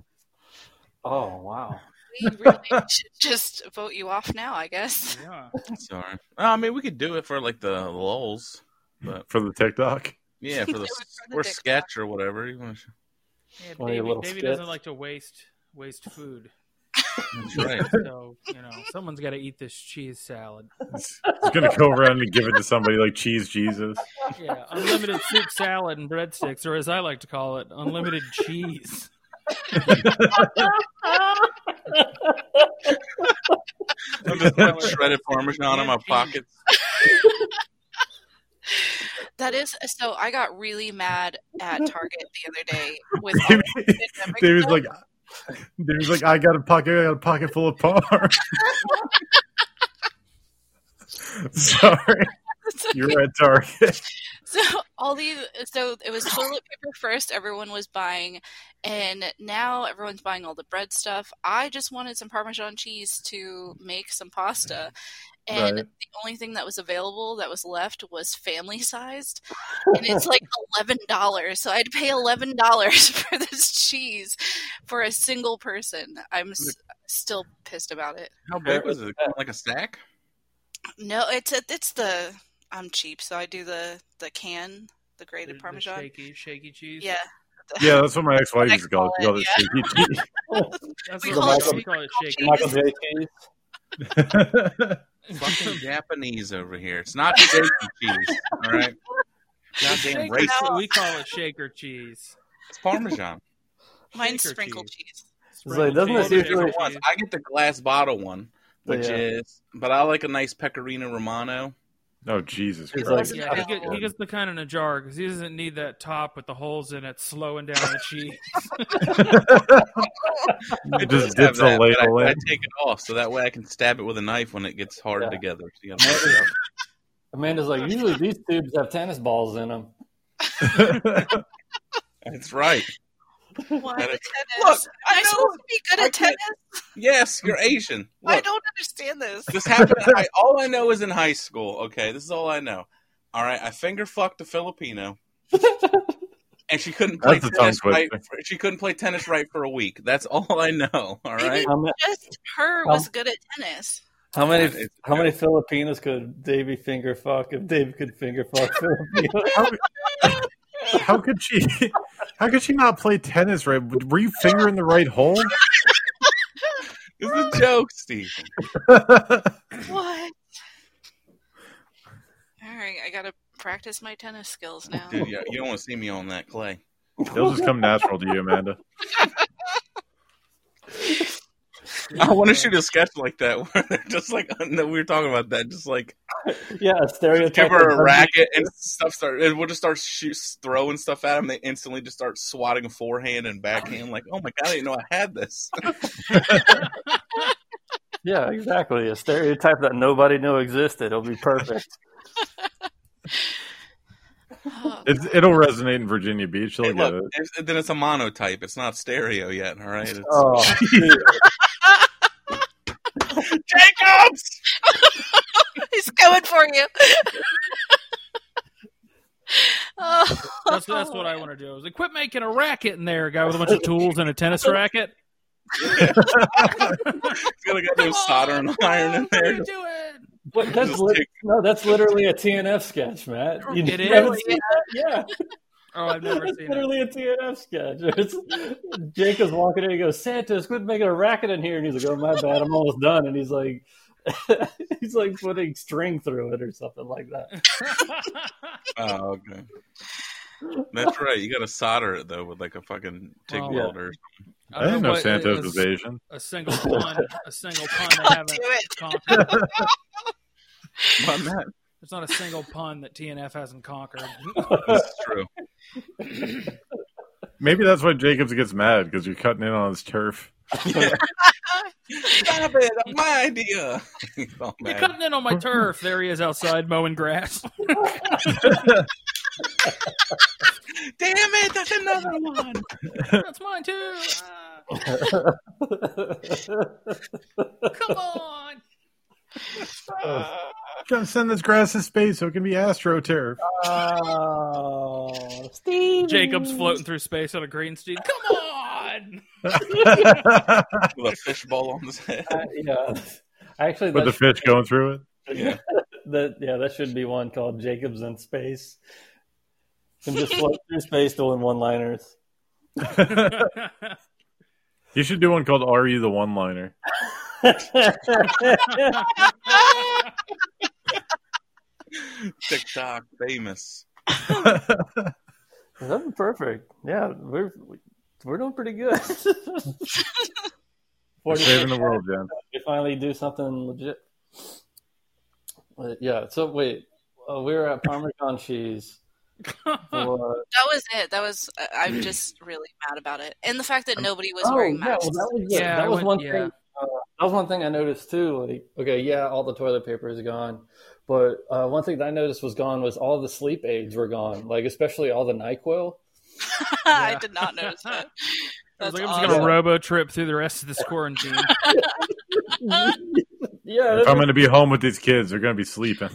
E: Oh wow.
C: We really should just vote you off now, I guess.
B: Yeah.
D: Sorry. Oh, I mean, we could do it for like the lulls. But
A: for the TikTok.
D: yeah, for
C: Do
D: the
C: it for the
D: or
C: dick
D: sketch or whatever. You want to-
B: Yeah,
E: One of your
B: Davey,
E: little
B: Davey
E: skits.
B: doesn't like to waste waste food,
D: That's right.
B: so you know someone's got to eat this cheese salad.
A: He's he's gonna go around and give it to somebody like Cheese Jesus.
B: Yeah, unlimited soup salad and breadsticks, or as I like to call it, unlimited cheese.
D: I'm just putting shredded parmesan in my pockets.
C: That is so. I got really mad at Target the other day with all
A: Davey-
C: the pandemic
A: David's
C: stuff.
A: like, David's like, I got a pocket, I got a pocket full of par. Sorry, you were at Target.
C: So all these, so it was toilet paper first. Everyone was buying, and now everyone's buying all the bread stuff. I just wanted some Parmesan cheese to make some pasta, and
A: Right.
C: the only thing that was available that was left was family sized, and it's like eleven dollars. So I'd pay eleven dollars for this cheese for a single person. I'm s- still pissed about it.
D: How big was it? Kinda Like a stack?
C: No, it's a, it's the I'm cheap, so I do the the can,
B: The-
C: the grated
B: the
C: Parmesan.
B: shaky, shaky cheese.
C: Yeah.
A: Yeah, that's what my ex-wife used to call it.
C: Next
A: She called it shaky
B: That's
C: We
B: what
E: call
B: we
E: it
B: call it,
E: shaky
B: shaky.
E: Michael J. Keys.
A: cheese.
D: Fucking Japanese over here. It's not shaky cheese. All right. Goddamn
B: Shaker-
D: racist.
B: We call it shaker cheese.
D: It's parmesan.
C: Mine's
B: Shaker
C: sprinkled cheese.
E: It's like, doesn't this
B: Sprinkled cheese,
E: usually-
B: shaker
D: Once,
B: cheese.
D: I get the glass bottle one, which
E: Yeah.
D: is, but I like a nice pecorino romano.
A: oh Jesus
E: He's
A: Christ!
E: like-
B: Yeah, he,
E: Oh.
B: get, he gets the kind in a jar because he doesn't need that top with the holes in it slowing down the cheese.
A: it just
D: have
A: dips a
D: that, but
A: label
D: I, I
A: in.
D: take it off so that way I can stab it with a knife when it gets hard
E: Yeah.
D: together. So you gotta
E: Amanda's, Amanda's like, usually these tubes have tennis balls in them.
D: That's right.
C: Why with
D: That is-
C: tennis? Am
D: Look, I
C: I
D: know-
C: supposed to be good
D: I
C: at tennis?
D: can't- Yes, you're Asian. Look,
C: I don't understand this.
D: this happened. in high, all I know is in high school. Okay, this is all I know. All right, I finger fucked a Filipino, and she couldn't play
A: That's a tongue
D: tennis right.
A: twister.
D: for- she couldn't play tennis right for a week. That's all I know. All right.
E: How, ma-
C: Just her was good at tennis.
E: how many
D: It's-
E: how many Filipinos could Davey finger fuck if Davey could finger fuck Filipinos?
A: How, how could she? How could she not play tennis? Right? Were you fingering the right hole?
D: It's a joke, Steve.
C: What? All right, I gotta practice my tennis skills now.
D: Dude, yeah, you don't want to see me on that clay.
A: It'll just come natural to you, Amanda.
D: I want to shoot a sketch like that where they're just like no, we were talking about that, just like
E: yeah, a stereotype.
D: give her
E: of-
D: a racket and stuff start and we'll just start shoot, throwing stuff at him they instantly just start swatting forehand and backhand like oh my god i didn't know i had this
E: Yeah, exactly. A stereotype that nobody knew existed. It'll be perfect.
C: Oh,
A: It's, it'll resonate in Virginia Beach. She'll
D: Hey,
A: get
D: look,
A: it.
D: it's- then it's a monotype it's not stereo yet all right it's,
E: Oh, dude.
D: jacobs
C: he's coming for you. oh,
B: That's, that's what I want to do. I was like, quit making a racket in there, guy with a bunch of tools and a tennis racket.
D: it's gonna get those soldering iron in
B: What are
D: there
B: you doing?
E: What, that's
D: Just
E: lit
D: take-
E: no, that's literally a TNF sketch, Matt. You
B: It
E: never
B: is?
E: seen that? Yeah,
B: Oh, I've never
E: it's
B: seen it.
E: literally a TNF sketch. It's, Jake is walking in and he goes, Santos, quit making a racket in here. And he's like, oh, my bad. I'm almost done. And he's like, he's like putting string through it or something like that.
D: Oh, okay. That's right. You got to solder it though with like a fucking TIG
B: Wow.
D: welder.
A: I didn't know
B: what-
A: Santos
B: a-
A: was Asian.
B: A single pun. A single pun they
C: I'll
B: haven't
C: do it.
B: conquered.
D: Why not?
B: There's not a single pun that TNF hasn't conquered.
D: That's true.
A: Maybe that's why Jacobs gets mad because you're cutting in on his turf.
D: Stop it! My idea. He's all
B: You're
D: mad.
B: cutting in on my turf. There he is outside mowing grass.
D: Damn it! That's another one.
B: That's mine too. Ah, come on.
A: Gotta send this grass to space so it can be astro turf.
E: oh, Steve.
B: Jacob's floating through space on a green steed. Come on.
A: With
D: With a fishbowl on his head.
E: Uh, yeah. Actually,
A: the
E: that,
A: fish going through it.
D: Yeah.
E: that, yeah, that should be one called Jacob's in Space. Him just floating through space doing one liners.
A: You should do one called "Are You the One Liner?"
D: TikTok famous.
E: That's perfect. Yeah, we're we're doing pretty good.
A: You're saving the world, Jen.
E: We finally do something legit. But yeah. So wait, uh, we were at Parmesan cheese. for-
C: That was it. That was. I- I'm just really mad about it, and the fact that nobody was
E: oh
C: wearing
E: yeah, well,
C: masks.
E: that was,
B: Yeah,
E: yeah, that
B: I
E: was
B: went-
E: one
B: yeah.
E: thing. Uh, that was one thing I noticed too. Like, okay, yeah, all the toilet paper is gone, but uh, one thing that I noticed was gone was all the sleep aids were gone. Like, especially all the Nyquil.
C: I did not notice that.
B: I was
C: That's
B: like, I'm just
C: awesome.
B: gonna robo trip through the rest of this quarantine.
E: yeah,
A: If
E: that's-
A: I'm going to be home with these kids, they're going to be sleeping.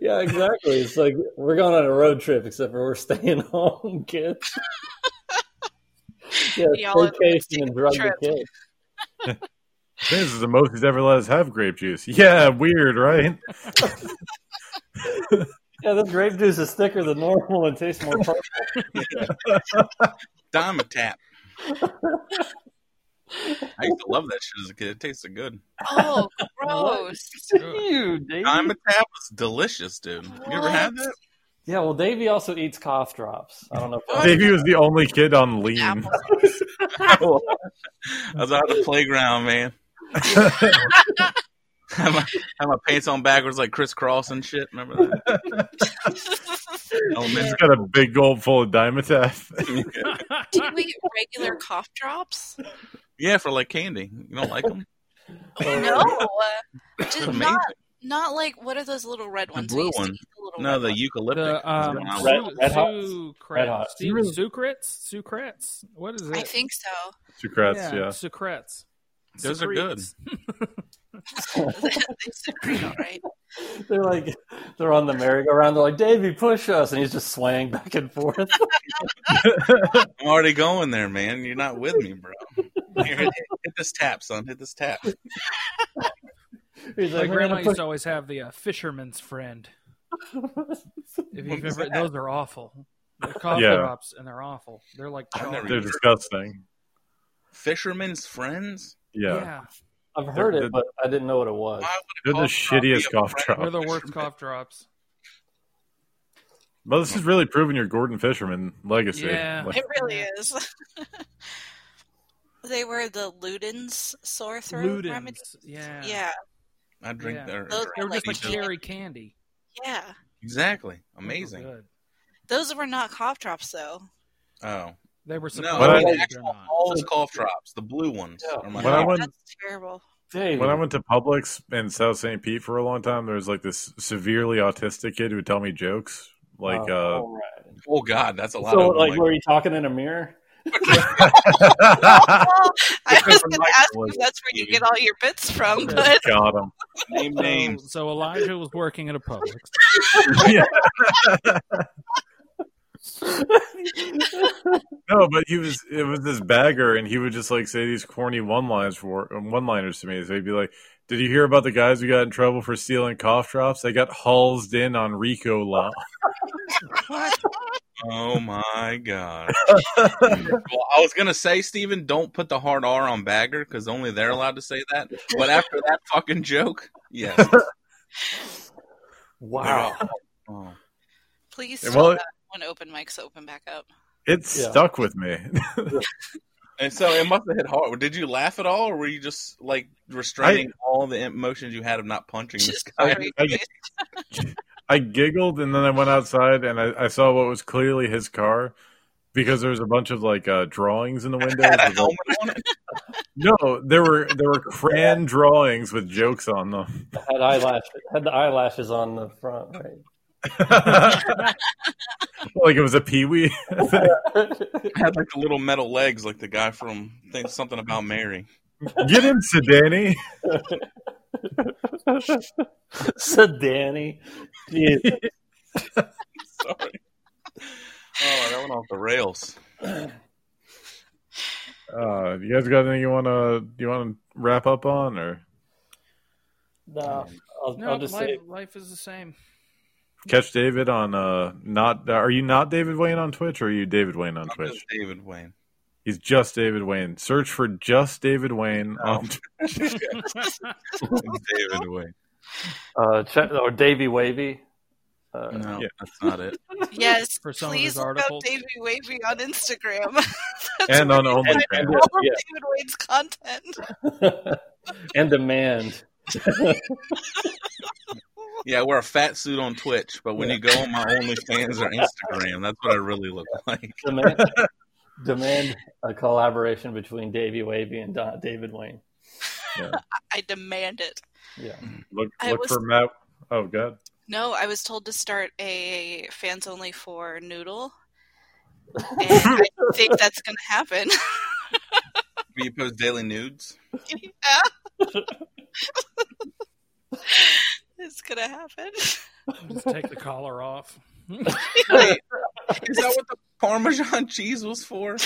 E: yeah, exactly. It's like we're going on a road trip, except for we're staying home, kids. yeah,
C: Y'all are
E: vacation and drug the
C: trip.
E: kids.
A: This is the most he's ever let us have grape juice. Yeah, weird, right?
E: Yeah, this grape juice is thicker than normal and tastes more purple.
D: Dime a tap. I used to love that shit as a kid. It tasted good.
C: Oh, gross!
E: Ew, Davey.
D: Dime a tap was delicious, dude. You ever had that?
E: Yeah, well, Davey also eats cough drops. I don't know.
C: Oh,
E: If
A: Davey was the only kid on lean.
D: I was out at the playground, man. have, my, have my pants on backwards like crisscross and shit. Remember that?
A: He's
D: Elementary.
A: got a big gulp full of Dimetaff.
C: Did we eat regular cough drops?
D: Yeah, for like candy. You don't like them?
C: No,
D: It's
C: just
D: amazing.
C: not not like what are those little red ones? we
D: blue
C: used to
D: one.
C: eat, the little
D: No,
C: red
D: the
C: ones?
D: eucalyptic.
B: the um,
D: is the one I
E: Red-
B: Su-
D: like.
E: Red Hot.
B: Sucrets.
E: Red Hot.
B: Su- Sucrets? Sucrets? What is it?
C: I think so.
A: Secrets, yeah.
B: Sucrets.
D: Those are good.
B: Secretes.
C: they said green, all right?
E: they're like, they're on the merry-go-round. They're like, Davey, push us, and he's just swaying back and forth.
D: I'm already going there, man. You're not with me, bro. Here, hit, hit this tap, son. Hit this tap.
E: He's
B: My
E: like,
B: grandma
E: "We're gonna
B: used
E: push
B: to always have the uh, fisherman's friend. If
D: What
B: you've
D: was
B: ever,
D: that?
B: those are awful. They're cough
A: Yeah.
B: drops and they're awful. They're like
D: I've never
A: They're
B: chalk.
A: disgusting.
D: Fisherman's friends?
A: Yeah.
E: I've heard
A: They're-
E: it, but I didn't know what it was.
D: Why
A: They're the
D: would a cough drop be
A: shittiest
D: a
A: cough
D: friend?
A: drop.
B: We're the worst cough drops.
A: Well, this is really proving your Gordon Fisherman legacy.
B: Yeah.
A: Like,
C: It really is. they were the Luden's sore throat remedy.
B: Ludens. Yeah.
C: Yeah,
D: I drink
B: Yeah.
D: their.
C: Those
B: They were just
C: Like
B: like
C: jelly.
B: cherry candy.
C: yeah.
D: Exactly.
B: Those were
D: Amazing.
B: good.
C: Those were not cough drops, though.
D: Oh.
B: They were
D: No,
B: supposed
A: But I-
B: to
D: the
B: be, they're
D: actual
B: not.
D: Paul's cough drops, the blue ones.
E: Yeah.
D: are my
A: When I
D: favorite.
A: went-
C: That's terrible.
E: Davey,
A: when I went to Publix in South St. Pete for a long time, there was like this severely autistic kid who would tell me jokes. Like,
E: Oh, all
D: oh, God, that's a lot
E: So,
D: of them.
E: like,
D: Like,
E: were you talking in a mirror?
A: uh,
C: I was going to ask
A: was-
C: if that's where you get all your bits from,
B: Yeah.
C: but
A: got him.
D: name
B: So-
D: names.
B: Um, So Elijah was working at a Publix.
A: Yeah. No, but he was it was this bagger, and he would just like say these corny one lines for one liners to me. So he'd be like, "Did you hear about the guys who got in trouble for stealing cough drops? They got halsed in on Rico law."
D: Oh my god! well, I was gonna say, Steven, don't put the hard R on Bagger because only they're allowed to say that. But after that fucking joke, yes.
E: Wow.
D: Oh.
C: Please
A: Yeah,
C: stop
A: well-
C: that when open mics open back up.
A: It
E: Yeah.
A: stuck with me.
D: And so it must have hit hard. Did you laugh at all, or were you just like restraining all the emotions you had of not punching this
C: Just
D: guy?
C: very-
A: I- I giggled, and then I went outside, and I, I saw what was clearly his car because there was a bunch of like uh, drawings in the window.
D: Had a helmet on it.
A: No, there were there were crayon drawings with jokes on them.
E: Had eyelashes. Had the eyelashes on the front,
A: like it was a peewee.
E: right?
D: Had like the little metal legs, like the guy from think something about Mary.
A: Get him, Sedani.
E: so Danny, Jeez.
D: Sorry. Oh, that went off the rails.
A: Uh, you guys got anything you wanna you wanna wrap up on or
E: no, I'll,
B: No,
E: I'll just
B: life,
E: say
B: life is the same.
A: catch David on uh not are you not David Wayne on Twitch or are you David Wayne on
D: I'm
A: Twitch?
D: just David Wayne.
A: He's just David Wayne. Search for just David Wayne. On Tw-
D: David Wayne.
E: uh, Ch- or Davy Wavy. Uh,
D: No,
A: Yeah.
D: that's not it.
C: yes,
B: For some of
C: please
B: his
C: look up
B: articles.
C: David Wavy on Instagram. That's
A: and
C: where
A: on
C: you
A: OnlyFans.
C: find all of David Wayne's content.
E: and demand.
D: Yeah, I wear a fat suit on Twitch, but when you go on my OnlyFans or Instagram, that's what I really look like.
E: demand, demand a collaboration between Davy Wavy and Don, David Wayne.
C: I demand it.
E: Yeah,
A: Look,
C: I
A: look
C: was-
A: for Matt. Oh god.
C: No, I was told to start a fans only for Noodle. And I think that's going to happen.
D: Do you post daily nudes?
C: Yeah. it's going to happen.
B: Just take the collar off.
D: Wait, is that what the Parmesan cheese was for?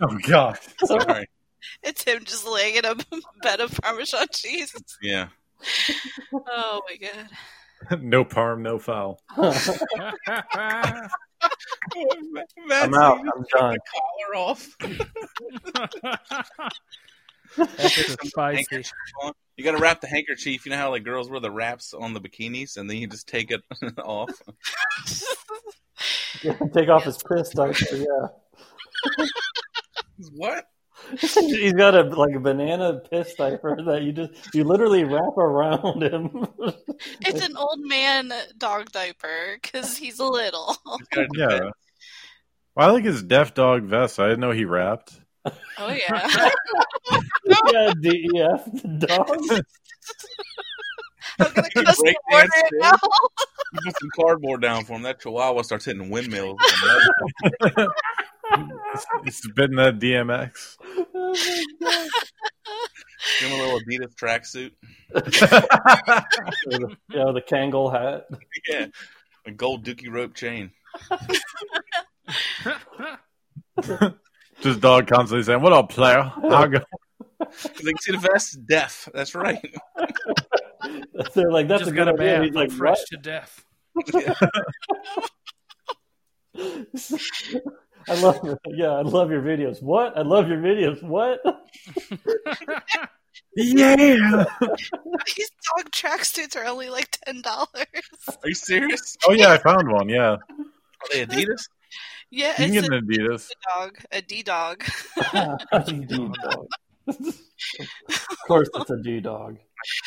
A: Oh god.
D: Sorry.
C: It's him just laying in a bed of Parmesan cheese.
D: Yeah.
C: Oh my god.
A: no parm, no foul.
E: I'm out. I'm done.
D: Collar off.
B: Extra spicy.
D: You got to wrap the handkerchief. You know how like girls wear the wraps on the bikinis, and then you just take it off.
E: Take off his piss diaper. Yeah,
D: What?
E: he's got a like a banana piss diaper that you just you literally wrap around him.
C: It's an old man dog diaper because he's little.
A: Yeah. Well, I like his deaf dog vest. I didn't know he rapped.
C: Oh yeah.
E: yeah, DEF E dog.
C: I'm gonna cuss the
D: Break
C: order
D: dance,
C: now.
D: You put some cardboard down for him. That chihuahua starts hitting windmills.
A: He's spitting that DMX.
E: Oh my God.
D: Give him a little Adidas tracksuit.
E: Yeah, with a Kangol hat.
D: Yeah. A gold dookie rope chain.
A: Just dog constantly saying, "What up, player?" How go-
D: They can see the vest. Deaf. That's right.
E: They're like, that's
B: Just
E: a
B: got
E: good
B: a
E: idea.
B: man.
E: He's like,
B: fresh
E: what?
B: to death.
E: I love it. Yeah, I love your videos. What? I love your videos. What?
A: Yeah.
C: These dog tracksuits are only like ten dollars.
D: Are you serious?
A: Oh yeah, I found one. Yeah,
D: Are they Adidas?
C: Yeah,
A: you can
C: it's
A: get
C: a
A: an Adidas.
C: dog, a D dog.
E: D dog. of course, it's a D dog.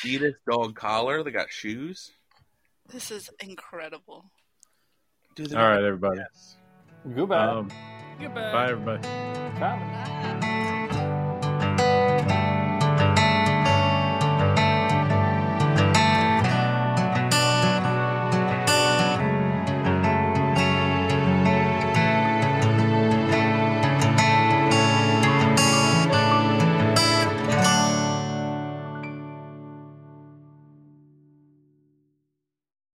D: Adidas dog collar. They got shoes.
C: This is incredible.
D: Dude, they
A: All right, everybody.
B: Oh,
E: Goodbye.
A: Um,
B: Goodbye.
A: bye, everybody.
E: Bye.
C: Bye.